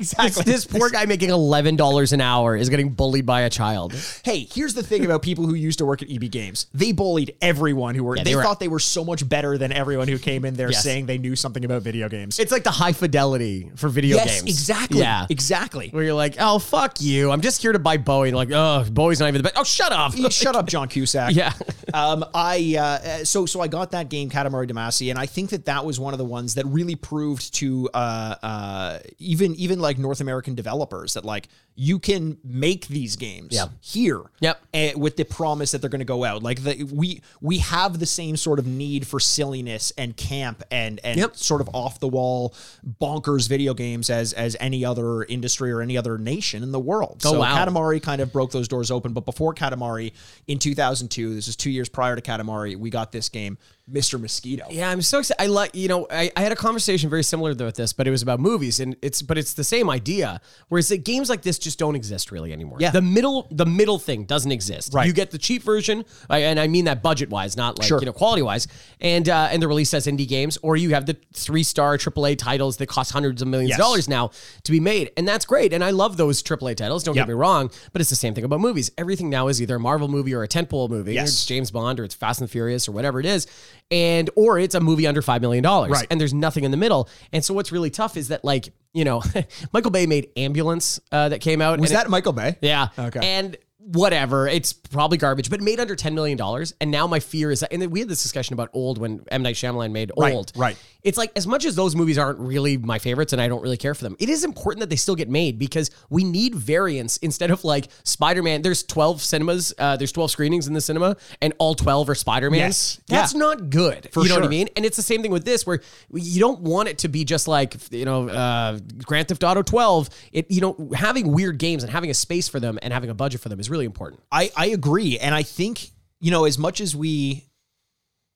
[SPEAKER 4] exactly.
[SPEAKER 3] This poor guy making eleven dollars an hour is getting bullied by a child.
[SPEAKER 4] Hey, here's the thing about people who used to work at EB Games. They bullied everyone who were.
[SPEAKER 3] Yeah,
[SPEAKER 4] they
[SPEAKER 3] they were-
[SPEAKER 4] thought they were so much better than everyone who came in there
[SPEAKER 3] Yes.
[SPEAKER 4] saying they knew something about video games.
[SPEAKER 3] It's like the high fidelity for video
[SPEAKER 4] yes,
[SPEAKER 3] games.
[SPEAKER 4] exactly.
[SPEAKER 3] Yeah.
[SPEAKER 4] exactly.
[SPEAKER 3] Where you're like, oh fuck you, I'm just here to buy Bowie. And like, oh, Bowie's not even the best. Oh, shut up.
[SPEAKER 4] Shut up, John Cusack.
[SPEAKER 3] Yeah.
[SPEAKER 4] um, I uh, uh, so so I got that game Katamari Damacy, and I think that that was one of the ones that really proved to uh, uh, even even like North American developers that like you can make these games
[SPEAKER 3] Yep.
[SPEAKER 4] here.
[SPEAKER 3] Yep.
[SPEAKER 4] eh, with the promise that they're going to go out. Like the, we we have the same sort of need for silliness and camp and and
[SPEAKER 3] Yep.
[SPEAKER 4] sort of off the wall bonkers video games as as any other industry or any other nation in the world.
[SPEAKER 3] Oh,
[SPEAKER 4] so
[SPEAKER 3] wow.
[SPEAKER 4] Katamari Katamari kind of broke those doors open. But before Katamari in 2002, this is two years prior to Katamari, we got this game, Mr. Mosquito.
[SPEAKER 3] Yeah, I'm so excited. I like, you know, I, I had a conversation very similar though with this, but it was about movies, and it's but it's the same idea. Whereas the games like this just don't exist really anymore.
[SPEAKER 4] Yeah.
[SPEAKER 3] the middle the middle thing doesn't exist.
[SPEAKER 4] Right.
[SPEAKER 3] you get the cheap version, I- and I mean that budget wise, not like
[SPEAKER 4] Sure.
[SPEAKER 3] you know quality wise, and uh, and they're released as indie games, or you have the three star AAA titles that cost hundreds of millions
[SPEAKER 4] Yes.
[SPEAKER 3] of dollars now to be made, and that's great, and I love those AAA titles. Don't
[SPEAKER 4] Yeah.
[SPEAKER 3] get me wrong, but it's the same thing about movies. Everything now is either a Marvel movie or a tentpole movie.
[SPEAKER 4] Yes.
[SPEAKER 3] It's James Bond or it's Fast and Furious or whatever it is, and or it's a movie under five million dollars,
[SPEAKER 4] Right.
[SPEAKER 3] and there's nothing in the middle. And so what's really tough is that like you know, Michael Bay made Ambulance uh, that came out.
[SPEAKER 4] Was
[SPEAKER 3] and it-
[SPEAKER 4] that Michael Bay?
[SPEAKER 3] yeah.
[SPEAKER 4] Okay.
[SPEAKER 3] And whatever, it's probably garbage, but it made under ten million dollars. And now my fear is that, and then we had this discussion about old when M Night Shyamalan made
[SPEAKER 4] Right,
[SPEAKER 3] old.
[SPEAKER 4] right.
[SPEAKER 3] It's like as much as those movies aren't really my favorites, and I don't really care for them. It is important that they still get made because we need variance instead of like Spider Man. There's twelve cinemas, uh, there's twelve screenings in the cinema, and all twelve are Spider Man.
[SPEAKER 4] Yes,
[SPEAKER 3] That's
[SPEAKER 4] yeah.
[SPEAKER 3] not good.
[SPEAKER 4] For
[SPEAKER 3] you know what I
[SPEAKER 4] sure.
[SPEAKER 3] mean? And it's the same thing with this, where you don't want it to be just like you know uh, Grand Theft Auto 12. It you know having weird games and having a space for them and having a budget for them is really important.
[SPEAKER 4] I, I agree. And I think, you know, as much as we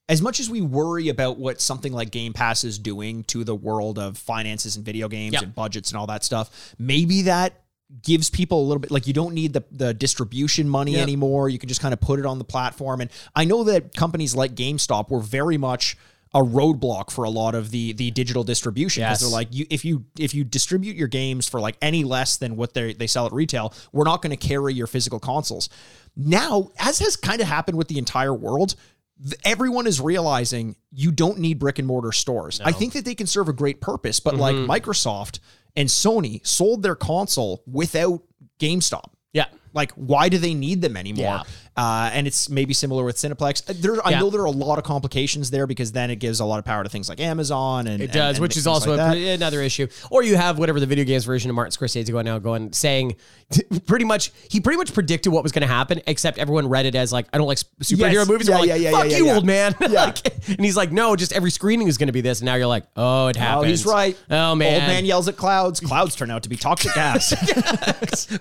[SPEAKER 4] as much as we worry about what something like Game Pass is doing to the world of finances and video games
[SPEAKER 3] Yeah.
[SPEAKER 4] and budgets and all that stuff, maybe that gives people a little bit like you don't need the the distribution money
[SPEAKER 3] Yeah.
[SPEAKER 4] anymore. You can just kind of put it on the platform. And I know that companies like GameStop were very much a roadblock for a lot of the the digital distribution
[SPEAKER 3] Yes.
[SPEAKER 4] because they're like you if you if you distribute your games for like any less than what they they sell at retail, we're not going to carry your physical consoles. Now, as has kind of happened with the entire world, th- everyone is realizing you don't need brick and mortar stores. I think that they can serve a great purpose, but
[SPEAKER 3] Mm-hmm.
[SPEAKER 4] like Microsoft and Sony sold their console without GameStop.
[SPEAKER 3] Yeah.
[SPEAKER 4] Like, why do they need them anymore?
[SPEAKER 3] Yeah.
[SPEAKER 4] Uh, and it's maybe similar with Cineplex. Uh, There, I
[SPEAKER 3] Yeah.
[SPEAKER 4] know there are a lot of complications there because then it gives a lot of power to things like Amazon and
[SPEAKER 3] It does,
[SPEAKER 4] and- and
[SPEAKER 3] which is
[SPEAKER 4] things
[SPEAKER 3] also
[SPEAKER 4] like
[SPEAKER 3] a-
[SPEAKER 4] that.
[SPEAKER 3] another issue. Or you have whatever the video games version of Martin Scorsese going now going saying pretty much he pretty much predicted what was going to happen, except everyone read it as like I don't like s- superhero
[SPEAKER 4] Yes.
[SPEAKER 3] movies.
[SPEAKER 4] Yeah,
[SPEAKER 3] We're like,
[SPEAKER 4] yeah, yeah,
[SPEAKER 3] Fuck
[SPEAKER 4] yeah,
[SPEAKER 3] you,
[SPEAKER 4] yeah.
[SPEAKER 3] old man. Like, and he's like, no, just every screening is going to be this. And now you're like, oh, it
[SPEAKER 4] Oh,
[SPEAKER 3] happens.
[SPEAKER 4] he's right.
[SPEAKER 3] Oh man,
[SPEAKER 4] Old man yells at clouds. Clouds turn out to be toxic gas.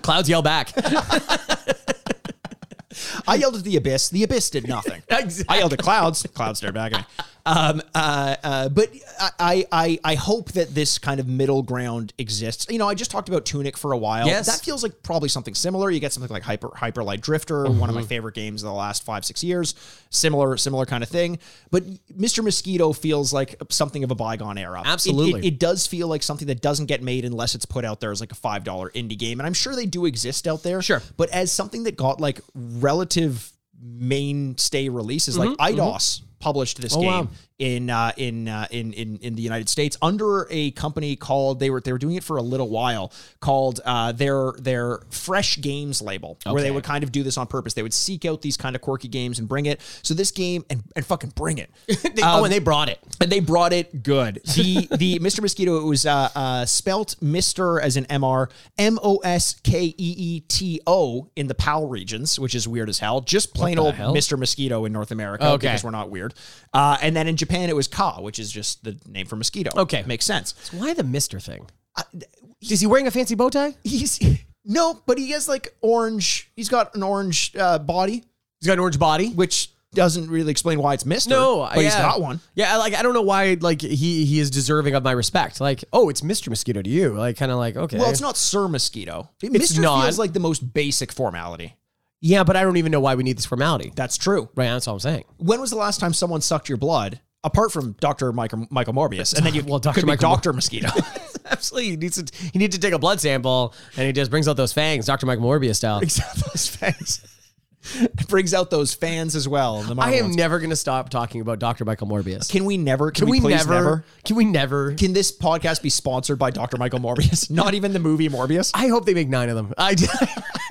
[SPEAKER 3] clouds yell back.
[SPEAKER 4] I yelled at the abyss. The abyss did nothing. I yelled at clouds. Clouds stared back at me. Um, uh, uh, but I, I, I hope that this kind of middle ground exists. You know, I just talked about Tunic for a while.
[SPEAKER 3] Yes.
[SPEAKER 4] That feels like probably something similar. You get something like Hyper Hyper Light Drifter,
[SPEAKER 3] Mm-hmm.
[SPEAKER 4] one of my favorite games of the last five six years. Similar similar kind of thing. But Mr. Mosquito feels like something of a bygone era. It- it-
[SPEAKER 3] Absolutely.
[SPEAKER 4] it it does feel like something that doesn't get made unless it's put out there as like a five dollar indie game, and I'm sure they do exist out there.
[SPEAKER 3] Sure.
[SPEAKER 4] but as something that got like relative mainstay releases, like IDOS published this game
[SPEAKER 3] Mm-hmm, Oh, wow.
[SPEAKER 4] in uh, in uh, in in in the United States under a company called they were they were doing it for a little while called uh, their their Fresh Games label, where they
[SPEAKER 3] Okay.
[SPEAKER 4] would kind of do this on purpose. They would seek out these kind of quirky games and bring it. So this game and and fucking bring it.
[SPEAKER 3] They- oh,
[SPEAKER 4] Um,
[SPEAKER 3] and they brought it.
[SPEAKER 4] And they brought it good. The the Mr. Mosquito. It was uh, uh, spelt Mister as an M R M O S K E E T O in the PAL regions, which is weird as hell. Just plain old
[SPEAKER 3] hell?
[SPEAKER 4] Mr. Mosquito in North America
[SPEAKER 3] Okay.
[SPEAKER 4] because we're not weird. Uh, and then in Japan, it was Ka, which is just the name for mosquito.
[SPEAKER 3] Okay.
[SPEAKER 4] makes sense.
[SPEAKER 3] Why the Mister thing? is he wearing a fancy bow tie?
[SPEAKER 4] He's no, but he has like orange. He's got an orange uh, body,
[SPEAKER 3] He's got an orange body.
[SPEAKER 4] which doesn't really explain why it's Mister.
[SPEAKER 3] no,
[SPEAKER 4] but he's
[SPEAKER 3] yeah.
[SPEAKER 4] got one.
[SPEAKER 3] Yeah, I- like I don't know why. Like he he is deserving of my respect. Like oh, it's Mister Mosquito to you. Like kind of like okay.
[SPEAKER 4] Well, it's not Sir Mosquito.
[SPEAKER 3] It's
[SPEAKER 4] Mr.
[SPEAKER 3] not.
[SPEAKER 4] feels like the most basic formality.
[SPEAKER 3] yeah, but I don't even know why we need this formality.
[SPEAKER 4] That's true.
[SPEAKER 3] Right, that's all I'm saying.
[SPEAKER 4] When was the last time someone sucked your blood? Apart from Dr. Michael, Michael Morbius, and then you
[SPEAKER 3] Well, Dr.
[SPEAKER 4] could be
[SPEAKER 3] Michael Mor-
[SPEAKER 4] Dr. Mosquito.
[SPEAKER 3] Absolutely, he needs to he needs to take a blood sample, and he just brings out those fangs, Doctor Mike Morbius style.
[SPEAKER 4] brings out those fans. It brings out those fans as well. The
[SPEAKER 3] I
[SPEAKER 4] Marvel
[SPEAKER 3] am
[SPEAKER 4] ones.
[SPEAKER 3] never going to stop talking about Doctor Michael Morbius.
[SPEAKER 4] Can we never? Can,
[SPEAKER 3] Can
[SPEAKER 4] we,
[SPEAKER 3] we
[SPEAKER 4] please
[SPEAKER 3] never,
[SPEAKER 4] never?
[SPEAKER 3] Can we never?
[SPEAKER 4] Can this podcast be sponsored by Dr. Michael Morbius? Not even the movie Morbius.
[SPEAKER 3] I hope they make nine of them. I,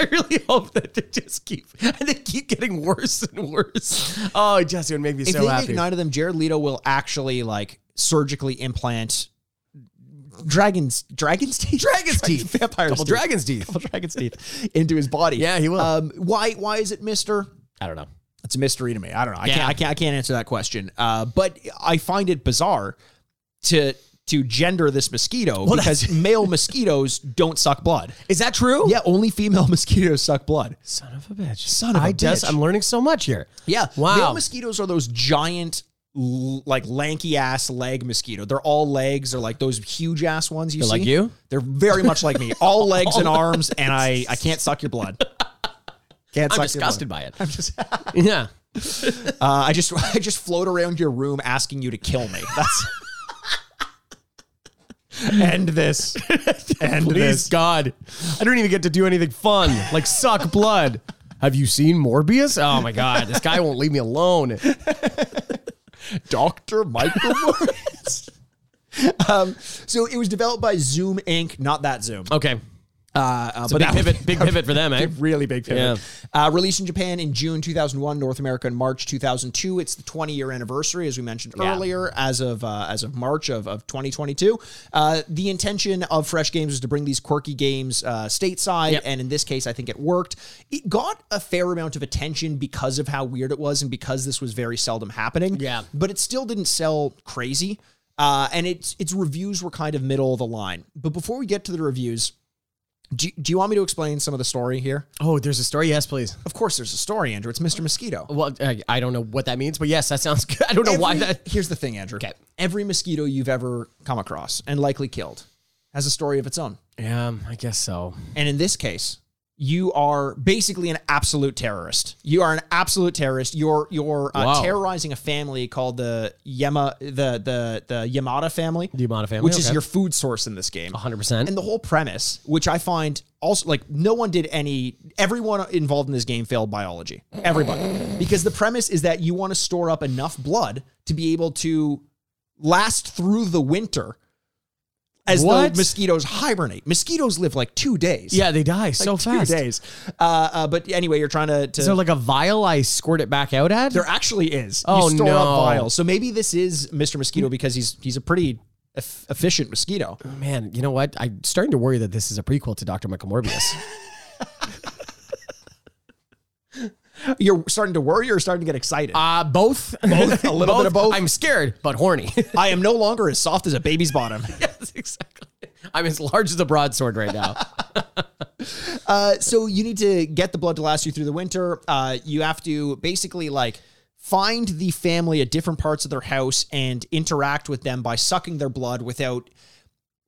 [SPEAKER 3] I really hope that they just keep and they keep getting worse and worse. Oh, Jesse it would make me
[SPEAKER 4] If
[SPEAKER 3] so
[SPEAKER 4] they
[SPEAKER 3] happy.
[SPEAKER 4] make nine of them, Jared Leto will actually like surgically implant dragons, dragons teeth,
[SPEAKER 3] Dragon's teeth,
[SPEAKER 4] vampires,
[SPEAKER 3] Couple
[SPEAKER 4] teeth.
[SPEAKER 3] dragon's teeth.
[SPEAKER 4] Couple dragon's teeth into his body.
[SPEAKER 3] Yeah, he will.
[SPEAKER 4] Um, why? Why is it Mister?
[SPEAKER 3] I don't know.
[SPEAKER 4] It's a mystery to me. I don't know. I
[SPEAKER 3] Yeah.
[SPEAKER 4] can't. I can't. I can't answer that question. Uh, but I find it bizarre to to gender this mosquito because male mosquitoes don't suck blood.
[SPEAKER 3] Is that true?
[SPEAKER 4] Yeah, only female mosquitoes suck blood.
[SPEAKER 3] Son of a bitch.
[SPEAKER 4] Son of a
[SPEAKER 3] I just-
[SPEAKER 4] bitch.
[SPEAKER 3] I'm learning so much here.
[SPEAKER 4] Yeah.
[SPEAKER 3] Wow.
[SPEAKER 4] Male mosquitoes are those giant, l- like lanky ass leg mosquito. They're all legs. They're like those huge ass ones you
[SPEAKER 3] They're
[SPEAKER 4] see.
[SPEAKER 3] like you?
[SPEAKER 4] They're very much like me. All legs and arms, and I I can't suck your blood. Can't
[SPEAKER 3] I'm
[SPEAKER 4] suck
[SPEAKER 3] disgusted
[SPEAKER 4] Your blood.
[SPEAKER 3] by it.
[SPEAKER 4] I'm just. uh,
[SPEAKER 3] yeah.
[SPEAKER 4] I just I just float around your room asking you to kill me. That's. End this. End
[SPEAKER 3] Please
[SPEAKER 4] this.
[SPEAKER 3] God, I don't even get to do anything fun like suck blood. Have you seen Morbius? Oh my God, this guy won't leave me alone.
[SPEAKER 4] Dr. Michael Morris. um, so it was developed by Zoom Inc., not that Zoom.
[SPEAKER 3] Okay,
[SPEAKER 4] Uh, uh, but
[SPEAKER 3] big
[SPEAKER 4] that was-
[SPEAKER 3] pivot, big pivot for them, eh?
[SPEAKER 4] really big pivot. Uh, released in Japan in June 2001, North America in March 2002. It's the 20 year anniversary, as we mentioned
[SPEAKER 3] Yeah.
[SPEAKER 4] earlier, as of uh, as of March of, of 2022. Uh, the intention of Fresh Games was to bring these quirky games uh, stateside,
[SPEAKER 3] Yep.
[SPEAKER 4] and in this case, I think it worked. It got a fair amount of attention because of how weird it was, and because this was very seldom happening.
[SPEAKER 3] Yeah.
[SPEAKER 4] but it still didn't sell crazy. Uh, and its its reviews were kind of middle of the line. But before we get to the reviews, do, do you want me to explain some of the story here?
[SPEAKER 3] Oh, there's a story. Yes, please.
[SPEAKER 4] Of course, there's a story, Andrew. It's Mr. Mosquito.
[SPEAKER 3] Well, I, I don't know what that means, but yes, that sounds good. I don't know Oh, why
[SPEAKER 4] Every-
[SPEAKER 3] that.
[SPEAKER 4] Here's the thing, Andrew.
[SPEAKER 3] Okay.
[SPEAKER 4] Every mosquito you've ever come across and likely killed has a story of its own.
[SPEAKER 3] Yeah, I guess so.
[SPEAKER 4] And in this case, you are basically an absolute terrorist. You are an absolute terrorist. You're you're uh,
[SPEAKER 3] Wow.
[SPEAKER 4] terrorizing a family called the Yama the the the Yamada family,
[SPEAKER 3] The Yamada family,
[SPEAKER 4] which is
[SPEAKER 3] okay.
[SPEAKER 4] your food source in this game.
[SPEAKER 3] 100. percent
[SPEAKER 4] And the whole premise, which I find also like no one did any, everyone involved in this game failed biology. Everybody. Because the premise is that you want to store up enough blood to be able to last through the winter as
[SPEAKER 3] What?
[SPEAKER 4] the mosquitoes hibernate. Mosquitoes live like two days.
[SPEAKER 3] Yeah, they die so
[SPEAKER 4] Like
[SPEAKER 3] fast.
[SPEAKER 4] Two days. Uh, uh, but anyway, you're trying to. to
[SPEAKER 3] Is there like a vial I squirt it back out at?
[SPEAKER 4] there actually is.
[SPEAKER 3] Oh,
[SPEAKER 4] you store
[SPEAKER 3] no.
[SPEAKER 4] up vials. So maybe this is Mr. Mosquito because he's he's a pretty eff- efficient mosquito.
[SPEAKER 3] Man, you know what? I'm starting to worry that this is a prequel to Dr. Michael Morbius.
[SPEAKER 4] You're starting to worry or starting to get excited.
[SPEAKER 3] uh, both.
[SPEAKER 4] Both? A little bit of both?
[SPEAKER 3] I'm scared, but horny.
[SPEAKER 4] I am no longer as soft as a baby's bottom.
[SPEAKER 3] yes, exactly. I'm as large as a broadsword right now.
[SPEAKER 4] Uh, so you need to get the blood to last you through the winter. Uh, you have to basically like find the family at different parts of their house and interact with them by sucking their blood without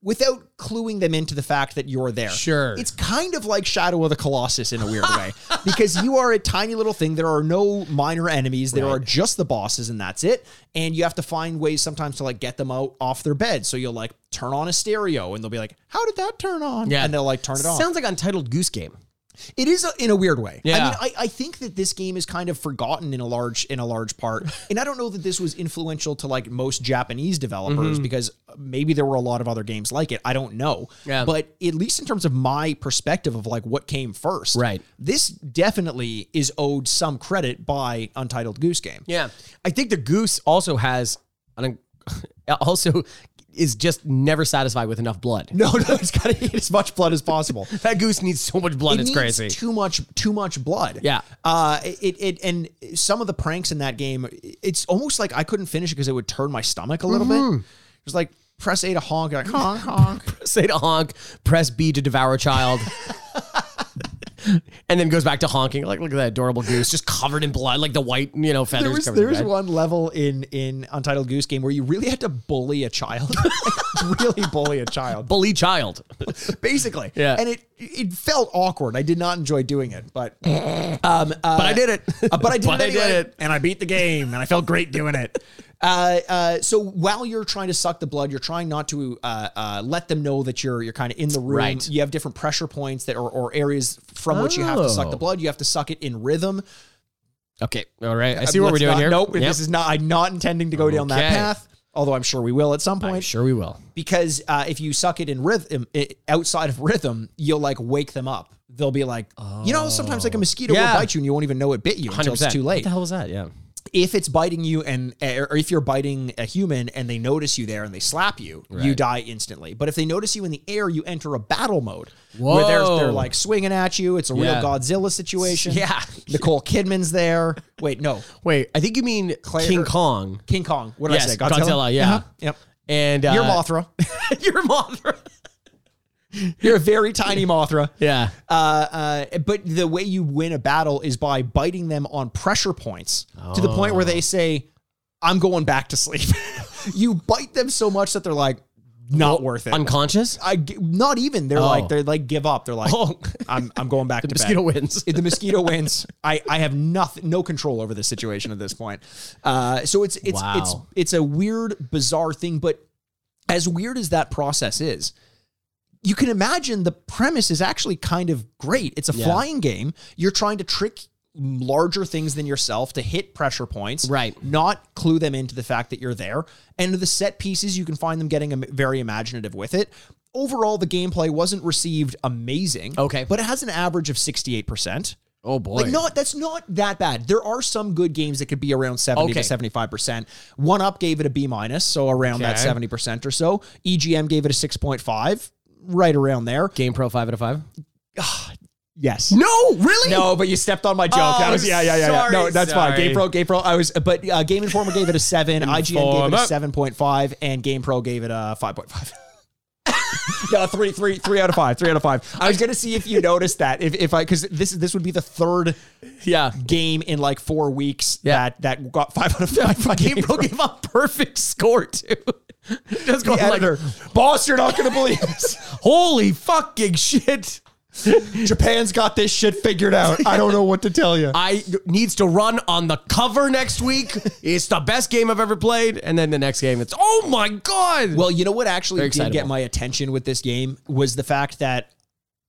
[SPEAKER 4] without cluing them into the fact that you're there.
[SPEAKER 3] Sure.
[SPEAKER 4] It's kind of like Shadow of the Colossus in a weird way because you are a tiny little thing. There are no minor enemies. There are just the bosses and that's it. And you have to find ways sometimes to like get them out off their bed. So you'll like turn on a stereo and they'll be like, how did that turn on?
[SPEAKER 3] Yeah.
[SPEAKER 4] And they'll like turn it on.
[SPEAKER 3] Sounds like Untitled Goose Game.
[SPEAKER 4] It is a, in a weird way. I
[SPEAKER 3] Yeah.
[SPEAKER 4] mean, I, I think that this game is kind of forgotten in a large in a large part, and I don't know that this was influential to like most Japanese developers
[SPEAKER 3] Mm-hmm.
[SPEAKER 4] because maybe there were a lot of other games like it. I don't know.
[SPEAKER 3] Yeah.
[SPEAKER 4] But at least in terms of my perspective of like what came first,
[SPEAKER 3] Right.
[SPEAKER 4] This definitely is owed some credit by Untitled Goose Game.
[SPEAKER 3] Yeah, I think the goose also has an also is just never satisfied with enough blood.
[SPEAKER 4] No, no, it's got to eat as much blood as possible.
[SPEAKER 3] That goose needs so much blood. it's
[SPEAKER 4] It needs
[SPEAKER 3] crazy.
[SPEAKER 4] Too much, too much blood.
[SPEAKER 3] Yeah.
[SPEAKER 4] Uh, it, it and some of the pranks in that game, it's almost like I couldn't finish it because it would turn my stomach a little bit. It was like press A to honk, like Mm-hmm. "Hmm." honk honk.
[SPEAKER 3] Say to honk, press B to devour a child. And then goes back to honking. Like, look at that adorable goose, just covered in blood, like the white, you know, feathers.
[SPEAKER 4] There was
[SPEAKER 3] covered in
[SPEAKER 4] there was
[SPEAKER 3] red.
[SPEAKER 4] one level in in Untitled Goose Game where you really had to bully a child, really bully a child,
[SPEAKER 3] bully child.
[SPEAKER 4] Uh, basically.
[SPEAKER 3] Yeah.
[SPEAKER 4] And it it felt awkward. I did not enjoy doing it, but um, but I did it. but I did
[SPEAKER 3] But
[SPEAKER 4] it
[SPEAKER 3] I did
[SPEAKER 4] anyway,
[SPEAKER 3] it.
[SPEAKER 4] and I beat the game, and I felt great doing it. Uh, uh, so while you're trying to suck the blood, you're trying not to uh, uh, let them know that you're you're kind of in the room.
[SPEAKER 3] Right.
[SPEAKER 4] You have different pressure points that or, or areas from which you have to suck
[SPEAKER 3] Oh.
[SPEAKER 4] the blood. You have to suck it in rhythm.
[SPEAKER 3] Okay. All right. I see what
[SPEAKER 4] Uh, Let's
[SPEAKER 3] we're doing
[SPEAKER 4] not-
[SPEAKER 3] here.
[SPEAKER 4] Nope,
[SPEAKER 3] Yep.
[SPEAKER 4] this is not. I'm not intending to go down that
[SPEAKER 3] Okay.
[SPEAKER 4] path. Although I'm sure we will at some point
[SPEAKER 3] I'm sure we will.
[SPEAKER 4] because uh, if you suck it in rhythm it, outside of rhythm you'll like wake them up they'll be like you know sometimes like a mosquito
[SPEAKER 3] Yeah.
[SPEAKER 4] will bite you and you won't even know it bit you until it's
[SPEAKER 3] 100%.
[SPEAKER 4] too
[SPEAKER 3] What
[SPEAKER 4] late
[SPEAKER 3] the hell was that? Yeah.
[SPEAKER 4] if it's biting you and er, or if you're biting a human and they notice you there and they slap you you die instantly but if they notice you in the air you enter a battle mode where they're,
[SPEAKER 3] Whoa.
[SPEAKER 4] they're like swinging at you it's a
[SPEAKER 3] Yeah.
[SPEAKER 4] real godzilla situation
[SPEAKER 3] Yeah.
[SPEAKER 4] nicole kidman's there wait no
[SPEAKER 3] Wait, I think you mean
[SPEAKER 4] Claire-
[SPEAKER 3] King Kong.
[SPEAKER 4] king kong what did i
[SPEAKER 3] Yes,
[SPEAKER 4] say
[SPEAKER 3] Godzilla. yeah.
[SPEAKER 4] Uh-huh. yep
[SPEAKER 3] And uh,
[SPEAKER 4] you're mothra
[SPEAKER 3] Your Mothra.
[SPEAKER 4] you're a very tiny mothra
[SPEAKER 3] Yeah.
[SPEAKER 4] Uh, uh, but the way you win a battle is by biting them on pressure points to the point where
[SPEAKER 3] Oh.
[SPEAKER 4] they say, "I'm going back to sleep." you bite them so much that they're like, "Not worth it."
[SPEAKER 3] Unconscious.
[SPEAKER 4] I g- not even. They're
[SPEAKER 3] Oh.
[SPEAKER 4] like they're like give up. They're like,
[SPEAKER 3] Oh.
[SPEAKER 4] "I'm I'm going back to
[SPEAKER 3] Mosquito
[SPEAKER 4] bed."
[SPEAKER 3] wins.
[SPEAKER 4] If the mosquito wins, I, I have nothing, no control over this situation at this point. Uh, so it's it's
[SPEAKER 3] Wow.
[SPEAKER 4] it's it's a weird, bizarre thing. But as weird as that process is, you can imagine the premise is actually kind of great. It's a flying game. You're trying to trick larger things than yourself to hit pressure points,
[SPEAKER 3] Right.
[SPEAKER 4] Not clue them into the fact that you're there. And the set pieces, you can find them getting um, very imaginative with it. Overall, the gameplay wasn't received amazing.
[SPEAKER 3] Okay.
[SPEAKER 4] But it has an average of 68%.
[SPEAKER 3] Oh boy.
[SPEAKER 4] Like not that's not that bad. There are some good games that could be around 70
[SPEAKER 3] Okay.
[SPEAKER 4] to 75%. One up gave it a B minus, so around that
[SPEAKER 3] Okay.
[SPEAKER 4] 70% or so. EGM gave it a 6.5, right around there.
[SPEAKER 3] Game Pro five out of five.
[SPEAKER 4] Yes.
[SPEAKER 3] No, really?
[SPEAKER 4] No, but you stepped on my joke.
[SPEAKER 3] Oh,
[SPEAKER 4] that was, yeah, yeah, yeah, yeah. No,
[SPEAKER 3] sorry,
[SPEAKER 4] that's fine.
[SPEAKER 3] sorry.
[SPEAKER 4] Game Pro, Game Pro. I was, but uh, Game Informer gave it a seven. IGN gave it a
[SPEAKER 3] Informer.
[SPEAKER 4] seven point five, and Game Pro gave it a five point five. no, three, three, three out of five. Three out of five. I was gonna see if you noticed that. If, if I, because this this would be the third
[SPEAKER 3] Yeah.
[SPEAKER 4] game in like four weeks
[SPEAKER 3] Yeah.
[SPEAKER 4] that that got five out of five. from
[SPEAKER 3] Game Pro gave a perfect score too. Just going
[SPEAKER 4] The editor,
[SPEAKER 3] like,
[SPEAKER 4] boss, you're not gonna believe this.
[SPEAKER 3] holy fucking shit.
[SPEAKER 4] Japan's got this shit figured out. I don't know what to tell you.
[SPEAKER 3] I needs to run on the cover next week. it's the best game I've ever played. And then the next game, it's oh my god.
[SPEAKER 4] Well, you know what actually
[SPEAKER 3] Very
[SPEAKER 4] did get
[SPEAKER 3] excitable.
[SPEAKER 4] my attention with this game was the fact that,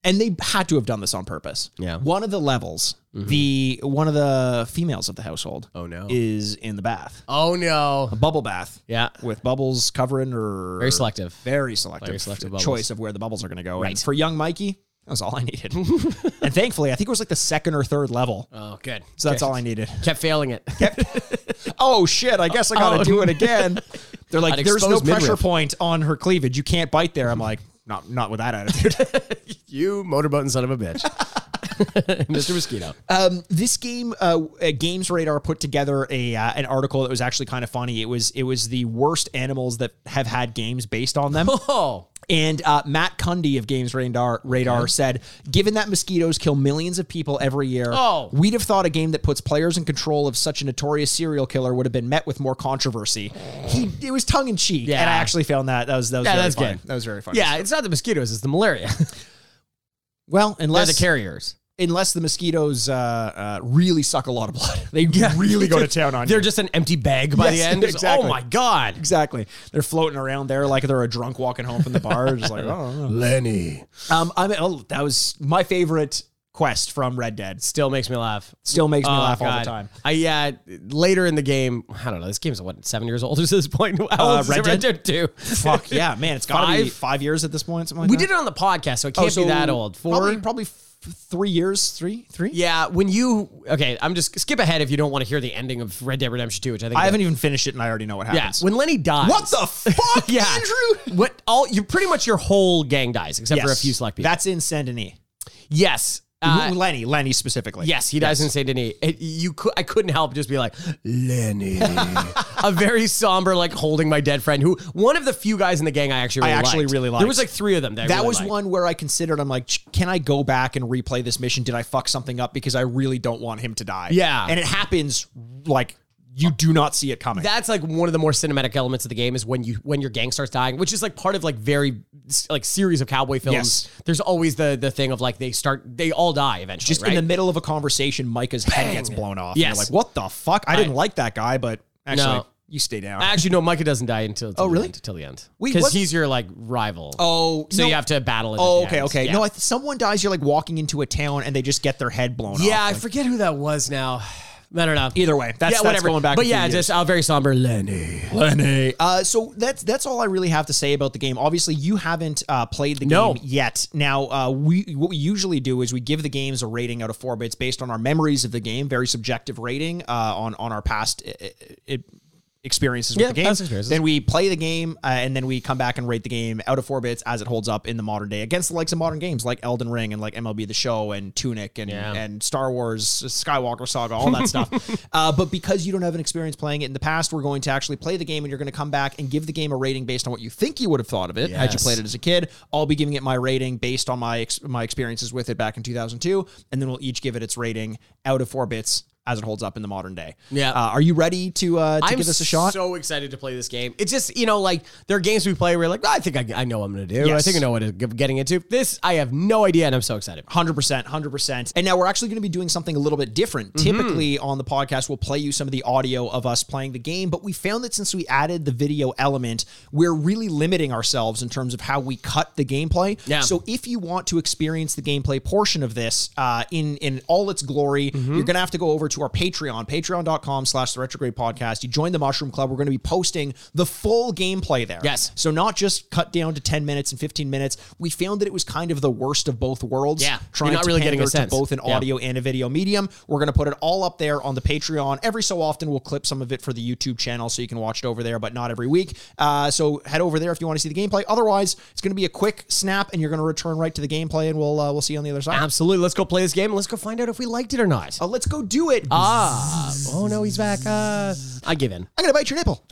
[SPEAKER 4] and they had to have done this on purpose.
[SPEAKER 3] Yeah. Mm-hmm.
[SPEAKER 4] One of the levels, the one of the females of the household,
[SPEAKER 3] Oh, no.
[SPEAKER 4] is in the bath,
[SPEAKER 3] oh no.
[SPEAKER 4] bubble bath.
[SPEAKER 3] Yeah.
[SPEAKER 4] With bubbles covering her.
[SPEAKER 3] Very selective.
[SPEAKER 4] Very selective.
[SPEAKER 3] Very selective
[SPEAKER 4] choice
[SPEAKER 3] bubbles.
[SPEAKER 4] of where the bubbles are going to go. Right. And for young Mikey, that was all I needed. and thankfully, I think it was like the second or third level.
[SPEAKER 3] Oh, good.
[SPEAKER 4] So that's all I needed.
[SPEAKER 3] Kept failing it.
[SPEAKER 4] Oh shit! I guess I gotta
[SPEAKER 3] Oh.
[SPEAKER 4] do it again. They're like,
[SPEAKER 3] I'd
[SPEAKER 4] there's no
[SPEAKER 3] expose
[SPEAKER 4] pressure
[SPEAKER 3] midriff.
[SPEAKER 4] point on her cleavage. You can't bite there. I'm like, not not with that attitude.
[SPEAKER 3] you motorboating son of a bitch, Mr. Mosquito.
[SPEAKER 4] um, this game, uh, uh, Games Radar put together a uh, an article that was actually kind of funny. It was it was the worst animals that have had games based on them.
[SPEAKER 3] Oh,
[SPEAKER 4] And uh, Matt Cundy of Games Radar, Radar said, given that mosquitoes kill millions of people every year,
[SPEAKER 3] Oh.
[SPEAKER 4] we'd have thought a game that puts players in control of such a notorious serial killer would have been met with more controversy. He it was tongue in cheek,
[SPEAKER 3] Yeah.
[SPEAKER 4] and I actually found that that was that was
[SPEAKER 3] Yeah,
[SPEAKER 4] very
[SPEAKER 3] that's
[SPEAKER 4] funny.
[SPEAKER 3] good.
[SPEAKER 4] That was very funny.
[SPEAKER 3] yeah. It's not the mosquitoes. It's the malaria.
[SPEAKER 4] Well,
[SPEAKER 3] They're
[SPEAKER 4] unless
[SPEAKER 3] the carriers.
[SPEAKER 4] unless the mosquitoes uh, uh, really suck a lot of blood, they really go to town on
[SPEAKER 3] They're
[SPEAKER 4] you.
[SPEAKER 3] just an empty bag by
[SPEAKER 4] Yes,
[SPEAKER 3] the end. It's,
[SPEAKER 4] exactly.
[SPEAKER 3] Oh my god.
[SPEAKER 4] Exactly. They're floating around there like they're a drunk walking home from the bar, just like, oh,
[SPEAKER 2] Lenny.
[SPEAKER 4] um, I mean, oh, that was my favorite quest from Red Dead.
[SPEAKER 3] Still makes me laugh.
[SPEAKER 4] Still makes me
[SPEAKER 3] Oh,
[SPEAKER 4] laugh all the
[SPEAKER 3] God.
[SPEAKER 4] time.
[SPEAKER 3] I yeah. Later in the game, I don't know. This game's what seven years old at this point. How old is
[SPEAKER 4] Uh, Red
[SPEAKER 3] it? Red Dead Two.
[SPEAKER 4] Fuck yeah, man! It's got to be
[SPEAKER 3] Five?
[SPEAKER 4] five years at this point. Something like
[SPEAKER 3] We
[SPEAKER 4] that.
[SPEAKER 3] did it on the podcast, so it can't
[SPEAKER 4] Oh, so
[SPEAKER 3] be that old. Four.
[SPEAKER 4] probably, probably f- three years, three, three.
[SPEAKER 3] yeah, when you okay, I'm just skip ahead if you don't want to hear the ending of Red Dead Redemption 2, which I think
[SPEAKER 4] I haven't even finished it, and I already know what
[SPEAKER 3] Yeah,
[SPEAKER 4] happens.
[SPEAKER 3] when Lenny dies.
[SPEAKER 4] What the fuck,
[SPEAKER 3] yeah.
[SPEAKER 4] Andrew?
[SPEAKER 3] What all you pretty much your whole gang dies except for a
[SPEAKER 4] Yes.
[SPEAKER 3] few select people.
[SPEAKER 4] That's in Saint Denis.
[SPEAKER 3] yes. Uh,
[SPEAKER 4] Lenny, Lenny specifically.
[SPEAKER 3] yes, he dies in Saint Denis. It- you cou- I couldn't help just be like
[SPEAKER 2] Lenny.
[SPEAKER 3] a very somber, like holding my dead friend. Who one of the few guys in the gang I actually
[SPEAKER 4] I
[SPEAKER 3] really
[SPEAKER 4] actually
[SPEAKER 3] liked.
[SPEAKER 4] really liked.
[SPEAKER 3] There was like three of them. That, I
[SPEAKER 4] That
[SPEAKER 3] really
[SPEAKER 4] was
[SPEAKER 3] liked.
[SPEAKER 4] one where I considered. I'm like, "Ch- can I go back and replay this mission? Did I fuck something up? Because I really don't want him to die.
[SPEAKER 3] Yeah.
[SPEAKER 4] and it happens like you do not see it coming.
[SPEAKER 3] that's like one of the more cinematic elements of the game is when you when your gang starts dying, which is like part of like very like series of cowboy films.
[SPEAKER 4] Yes.
[SPEAKER 3] There's always the the thing of like they start they all die eventually.
[SPEAKER 4] Just
[SPEAKER 3] right?
[SPEAKER 4] in the middle of a conversation, Micah's head gets blown off.
[SPEAKER 3] Yes.
[SPEAKER 4] You're like, what the fuck? I didn't like that guy, but actually,
[SPEAKER 3] No.
[SPEAKER 4] you stay down.
[SPEAKER 3] Actually, no. Micah doesn't die until, until
[SPEAKER 4] Oh,
[SPEAKER 3] the
[SPEAKER 4] really?
[SPEAKER 3] end, till the end
[SPEAKER 4] Wait,
[SPEAKER 3] because
[SPEAKER 4] what-
[SPEAKER 3] he's your like rival.
[SPEAKER 4] oh,
[SPEAKER 3] so
[SPEAKER 4] no.
[SPEAKER 3] you have to battle. It at
[SPEAKER 4] Oh,
[SPEAKER 3] the
[SPEAKER 4] okay,
[SPEAKER 3] end.
[SPEAKER 4] okay.
[SPEAKER 3] Yeah.
[SPEAKER 4] No, I th- someone dies. You're like walking into a town and they just get their head blown off.
[SPEAKER 3] yeah, I
[SPEAKER 4] Like,
[SPEAKER 3] forget who that was now. I don't know.
[SPEAKER 4] Either way, that's- that's going back
[SPEAKER 3] But
[SPEAKER 4] a few
[SPEAKER 3] yeah,
[SPEAKER 4] years.
[SPEAKER 3] just uh, very somber. Lenny.
[SPEAKER 4] Lenny. Uh, so that's that's all I really have to say about the game. Obviously, you haven't uh, played the
[SPEAKER 3] No.
[SPEAKER 4] game yet. Now, uh, we what we usually do is we give the games a rating out of four bits based on our memories of the game, very subjective rating uh, on on our past. uh, uh, experiences with
[SPEAKER 3] Yeah,
[SPEAKER 4] the game
[SPEAKER 3] past experiences.
[SPEAKER 4] then we play the game uh, and then we come back and rate the game out of four bits as it holds up in the modern day against the likes of modern games like Elden Ring and like MLB The Show and Tunic and
[SPEAKER 3] Yeah.
[SPEAKER 4] and Star Wars Skywalker Saga all that stuff uh, but because you don't have an experience playing it in the past we're going to actually play the game and you're going to come back and give the game a rating based on what you think you would have thought of it had you
[SPEAKER 3] Yes.
[SPEAKER 4] played it as a kid I'll be giving it my rating based on my ex- my experiences with it back in 2002 and then we'll each give it its rating out of four bits as it holds up in the modern day
[SPEAKER 3] Yeah.
[SPEAKER 4] uh, are you ready to uh, to
[SPEAKER 3] I'm
[SPEAKER 4] give this a shot
[SPEAKER 3] so excited to play this game. It's just, you know, like there are games we play where you're like, "Oh, I think I, I know what I'm going to do. I
[SPEAKER 4] Yes.
[SPEAKER 3] think I know what I'm getting into. This, I have no idea, and I'm so excited.
[SPEAKER 4] Hundred percent, hundred percent. And now we're actually going to be doing something a little bit different.
[SPEAKER 3] Mm-hmm.
[SPEAKER 4] Typically on the podcast, we'll play you some of the audio of us playing the game, but we found that since we added the video element, we're really limiting ourselves in terms of how we cut the gameplay.
[SPEAKER 3] Yeah.
[SPEAKER 4] So if you want to experience the gameplay portion of this uh, in in all its glory,
[SPEAKER 3] Mm-hmm.
[SPEAKER 4] you're going to have to go over to our Patreon, Patreon.com/slash The Retrograde Podcast. You join the Mushroom Club. We're going to be posting the full gameplay there.
[SPEAKER 3] Yes.
[SPEAKER 4] So not just cut down to 10 minutes and 15 minutes. We found that it was kind of the worst of both worlds.
[SPEAKER 3] Yeah.
[SPEAKER 4] Trying
[SPEAKER 3] You're not
[SPEAKER 4] to
[SPEAKER 3] really
[SPEAKER 4] pander
[SPEAKER 3] getting a
[SPEAKER 4] to
[SPEAKER 3] sense.
[SPEAKER 4] both an
[SPEAKER 3] Yeah.
[SPEAKER 4] audio and a video medium. We're going to put it all up there on the Patreon. Every so often, we'll clip some of it for the YouTube channel so you can watch it over there, but not every week. Uh, so head over there if you want to see the gameplay. Otherwise, it's going to be a quick snap, and you're going to return right to the gameplay, and we'll uh, we'll see you on the other side.
[SPEAKER 3] Absolutely. Let's go play this game and let's go find out if we liked it or not.
[SPEAKER 4] Uh, let's go do it.
[SPEAKER 3] Ah. Oh, no, he's back. Uh, I give in.
[SPEAKER 4] I'm going to bite your nipple.